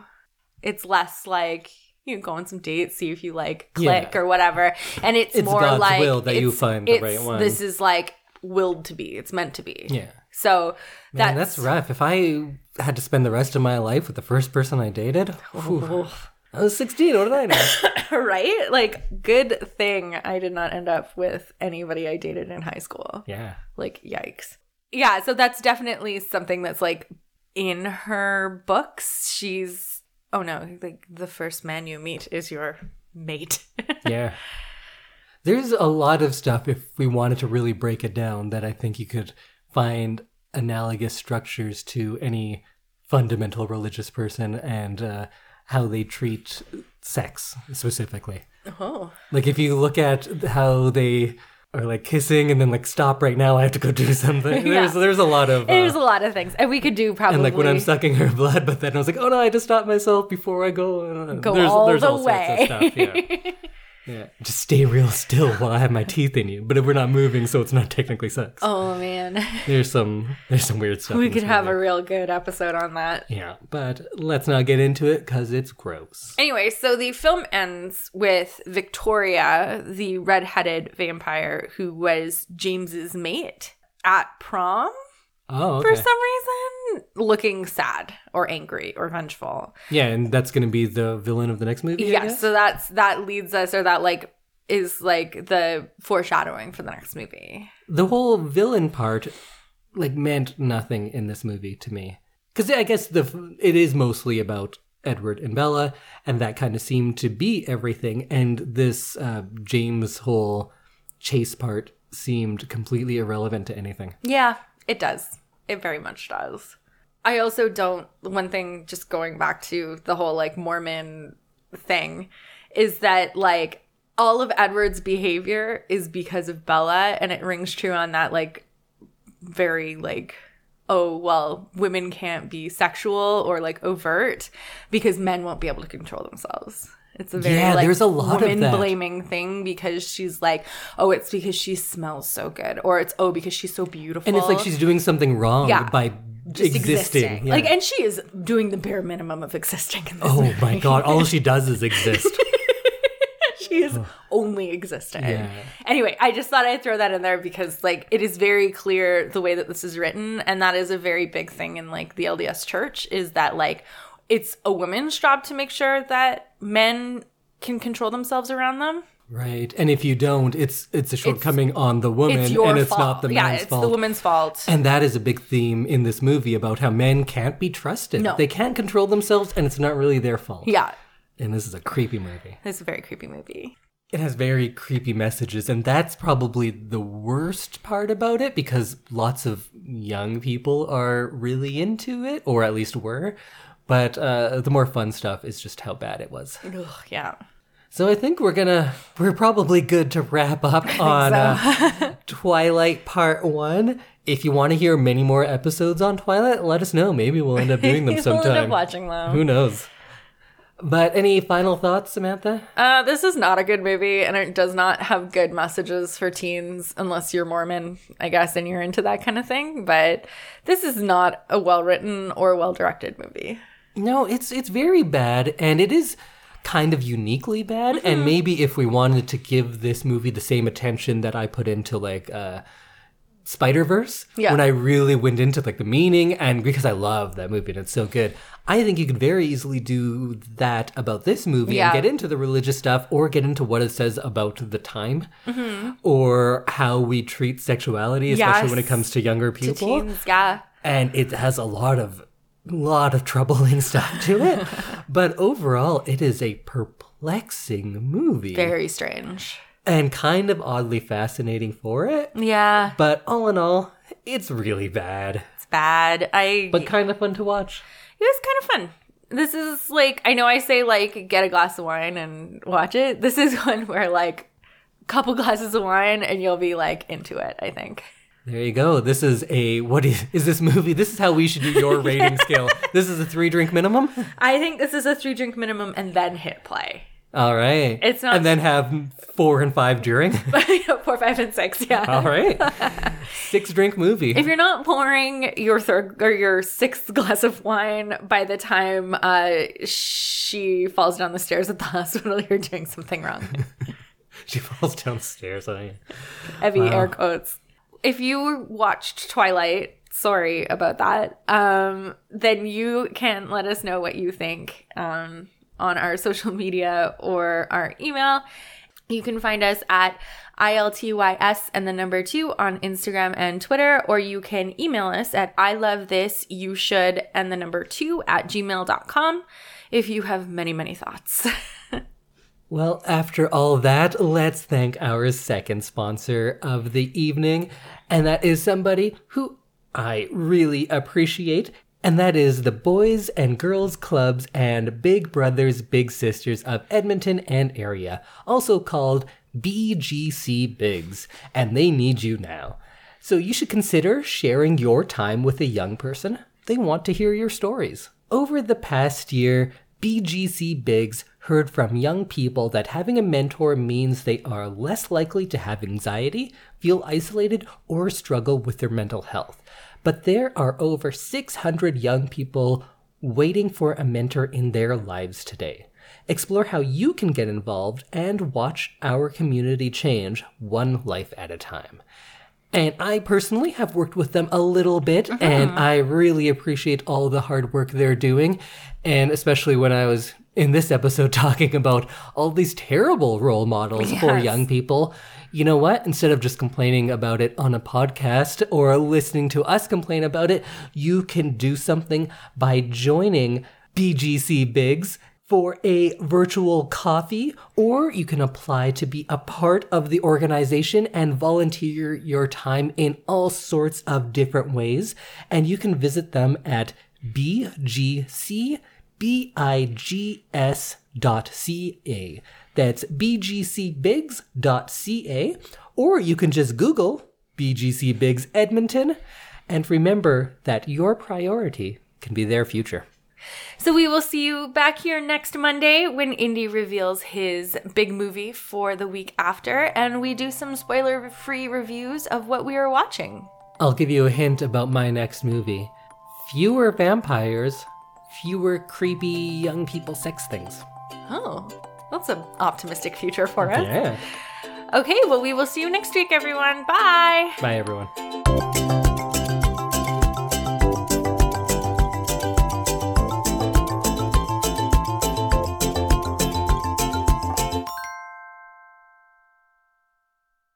[SPEAKER 2] It's less like you know, go on some dates, see if you like click
[SPEAKER 1] Yeah.
[SPEAKER 2] or whatever, and it's,
[SPEAKER 1] It's
[SPEAKER 2] more
[SPEAKER 1] God's
[SPEAKER 2] like
[SPEAKER 1] will that you
[SPEAKER 2] it's-
[SPEAKER 1] find the
[SPEAKER 2] it's-
[SPEAKER 1] right one.
[SPEAKER 2] This is like willed to be. It's meant to be.
[SPEAKER 1] Yeah.
[SPEAKER 2] So
[SPEAKER 1] Man,
[SPEAKER 2] that's,
[SPEAKER 1] that's rough. If I had to spend the rest of my life with the first person I dated, whew. I was 16. What did I know?
[SPEAKER 2] right? Like, good thing I did not end up with anybody I dated in high school.
[SPEAKER 1] yeah.
[SPEAKER 2] Like, yikes. Yeah, so that's definitely something that's like in her books. She's, oh no, like the first man you meet is your mate.
[SPEAKER 1] Uh, Yeah. There's a lot of stuff, if we wanted to really break it down, that I think you could find analogous structures to any fundamental religious person and uh, how they treat sex specifically.
[SPEAKER 2] oh.
[SPEAKER 1] Like, if you look at how they are like kissing and then like stop right now i have to go do something there's there's a lot of uh,
[SPEAKER 2] There's a lot of things. And we could do probably.
[SPEAKER 1] and like when i'm sucking her blood but then i was like oh no i had to stop myself before i go uh,
[SPEAKER 2] Go
[SPEAKER 1] there's,
[SPEAKER 2] all
[SPEAKER 1] there's
[SPEAKER 2] the
[SPEAKER 1] all
[SPEAKER 2] way.
[SPEAKER 1] sorts of stuff yeah just stay real still while I have my teeth in you. But we're not moving, so it's not technically sex.
[SPEAKER 2] Oh man.
[SPEAKER 1] There's some there's some weird stuff.
[SPEAKER 2] We
[SPEAKER 1] in this
[SPEAKER 2] could have a
[SPEAKER 1] movie.
[SPEAKER 2] real good episode on that.
[SPEAKER 1] yeah, but let's not get into it because it's gross.
[SPEAKER 2] Anyway, so the film ends with Victoria, the redheaded vampire who was James's mate at prom
[SPEAKER 1] Oh,
[SPEAKER 2] for
[SPEAKER 1] okay.
[SPEAKER 2] some reason, looking sad or angry or vengeful.
[SPEAKER 1] yeah, and that's gonna be the villain of the next movie. I
[SPEAKER 2] Yeah,
[SPEAKER 1] guess?
[SPEAKER 2] so that's that leads us or that like is like the foreshadowing for the next movie.
[SPEAKER 1] the whole villain part like meant nothing in this movie to me because i guess the it is mostly about edward and bella and that kind of seemed to be everything and this uh, james whole chase part seemed completely irrelevant to anything
[SPEAKER 2] Yeah, it does. It very much does. I also don't one thing just going back to the whole like Mormon thing is that like all of Edward's behavior is because of Bella and it rings true on that like very like oh well women can't be sexual or like overt because men won't be able to control themselves. It's a very
[SPEAKER 1] Yeah,
[SPEAKER 2] like
[SPEAKER 1] there's a lot of
[SPEAKER 2] woman
[SPEAKER 1] that.
[SPEAKER 2] blaming thing because she's like, oh, it's because she smells so good, or it's oh because she's so beautiful,
[SPEAKER 1] and it's like she's doing something wrong
[SPEAKER 2] Yeah.
[SPEAKER 1] by
[SPEAKER 2] Just
[SPEAKER 1] existing, Yeah.
[SPEAKER 2] Like, and she is doing the bare minimum of existing in this.
[SPEAKER 1] oh my god all she does is exist
[SPEAKER 2] she is only existing.
[SPEAKER 1] Yeah.
[SPEAKER 2] Anyway, I just thought I'd throw that in there because like it is very clear the way that this is written, and that is a very big thing in like the LDS church is that like it's a woman's job to make sure that men can control themselves around them.
[SPEAKER 1] right and if you don't it's it's a shortcoming on the woman
[SPEAKER 2] It's your
[SPEAKER 1] and it's
[SPEAKER 2] fault.
[SPEAKER 1] not the man's
[SPEAKER 2] yeah, it's
[SPEAKER 1] fault
[SPEAKER 2] the woman's fault.
[SPEAKER 1] And that is a big theme in this movie about how men can't be trusted.
[SPEAKER 2] No.
[SPEAKER 1] They can't control themselves and it's not really their fault.
[SPEAKER 2] yeah,
[SPEAKER 1] And this is a creepy movie.
[SPEAKER 2] it's a very creepy movie.
[SPEAKER 1] It has very creepy messages and that's probably the worst part about it because lots of young people are really into it or at least were. But uh, the more fun stuff is just how bad it was.
[SPEAKER 2] Ugh, yeah.
[SPEAKER 1] So I think we're gonna we're probably good to wrap up on uh, Twilight Part One. If you want to hear many more episodes on Twilight, let us know. Maybe we'll end up doing them
[SPEAKER 2] We'll
[SPEAKER 1] sometime.
[SPEAKER 2] end up watching them.
[SPEAKER 1] Who knows? But any final thoughts, Samantha?
[SPEAKER 2] Uh, this is not a good movie, and it does not have good messages for teens unless you're Mormon, I guess, and you're into that kind of thing. But this is not a well written or well directed movie.
[SPEAKER 1] No, it's it's very bad, and it is kind of uniquely bad.
[SPEAKER 2] Mm-hmm.
[SPEAKER 1] And maybe if we wanted to give this movie the same attention that I put into like uh, Spider Verse,
[SPEAKER 2] Yeah.
[SPEAKER 1] when I really went into like the meaning, and because I love that movie and it's so good, I think you could very easily do that about this movie
[SPEAKER 2] Yeah.
[SPEAKER 1] and get into the religious stuff, or get into what it says about the time, or how we treat sexuality, especially when it
[SPEAKER 2] Mm-hmm. Yes.
[SPEAKER 1] comes to younger people
[SPEAKER 2] Teens, yeah.
[SPEAKER 1] and it has a lot of lot of troubling stuff to it but overall it is a perplexing movie
[SPEAKER 2] Very strange.
[SPEAKER 1] and kind of oddly fascinating for it
[SPEAKER 2] Yeah,
[SPEAKER 1] but all in all it's really bad
[SPEAKER 2] it's bad. I.
[SPEAKER 1] but kind of fun to watch
[SPEAKER 2] it was kind of fun. This is like I know I say like get a glass of wine and watch it. This is one where like couple glasses of wine and you'll be like into it. I think.
[SPEAKER 1] there you go this is a what is, is this movie this is how we should do your rating scale this is a three drink minimum
[SPEAKER 2] I think this is a three drink minimum and then hit play.
[SPEAKER 1] all right
[SPEAKER 2] It's not-
[SPEAKER 1] and then have four and five during
[SPEAKER 2] Four, five, and six. Yeah.
[SPEAKER 1] all right six drink movie
[SPEAKER 2] If you're not pouring your third or your sixth glass of wine by the time uh, she falls down the stairs at the hospital, you're doing something wrong.
[SPEAKER 1] she falls downstairs I-
[SPEAKER 2] Heavy air quotes. If you watched Twilight, sorry about that. Um, then you can let us know what you think um, on our social media or our email. You can find us at ILTYS and the number two on Instagram and Twitter, or you can email us at I love this, you should, and the number two at gmail.com if you have many, many thoughts.
[SPEAKER 1] Well, after all that, let's thank our second sponsor of the evening, and that is somebody who I really appreciate, and that is the Boys and Girls Clubs and Big Brothers Big Sisters of Edmonton and area, also called BGC Bigs, and they need you now. So you should consider sharing your time with a young person. They want to hear your stories. Over the past year, BGC Biggs heard from young people that having a mentor means they are less likely to have anxiety, feel isolated, or struggle with their mental health. But there are over 600 young people waiting for a mentor in their lives today. Explore how you can get involved and watch our community change one life at a time. And I personally have worked with them a little bit, and I really appreciate all the hard work they're doing. And especially when I was in this episode talking about all these terrible role models for
[SPEAKER 2] Yes.
[SPEAKER 1] young people. You know what? Instead of just complaining about it on a podcast or listening to us complain about it, you can do something by joining BGC Bigs for a virtual coffee, or you can apply to be a part of the organization and volunteer your time in all sorts of different ways. And you can visit them at bgcbigs dot ca. That's bgcbigs dot ca, or you can just Google BGC Bigs Edmonton, and remember that your priority can be their future.
[SPEAKER 2] So we will see you back here next Monday when Indy reveals his big movie for the week after, and we do some spoiler free reviews of what we are watching.
[SPEAKER 1] I'll give you a hint about my next movie. Fewer vampires, fewer creepy young people sex things.
[SPEAKER 2] Oh, that's an optimistic future for us.
[SPEAKER 1] Yeah.
[SPEAKER 2] Okay, well, we will see you next week, everyone. Bye.
[SPEAKER 1] Bye, everyone.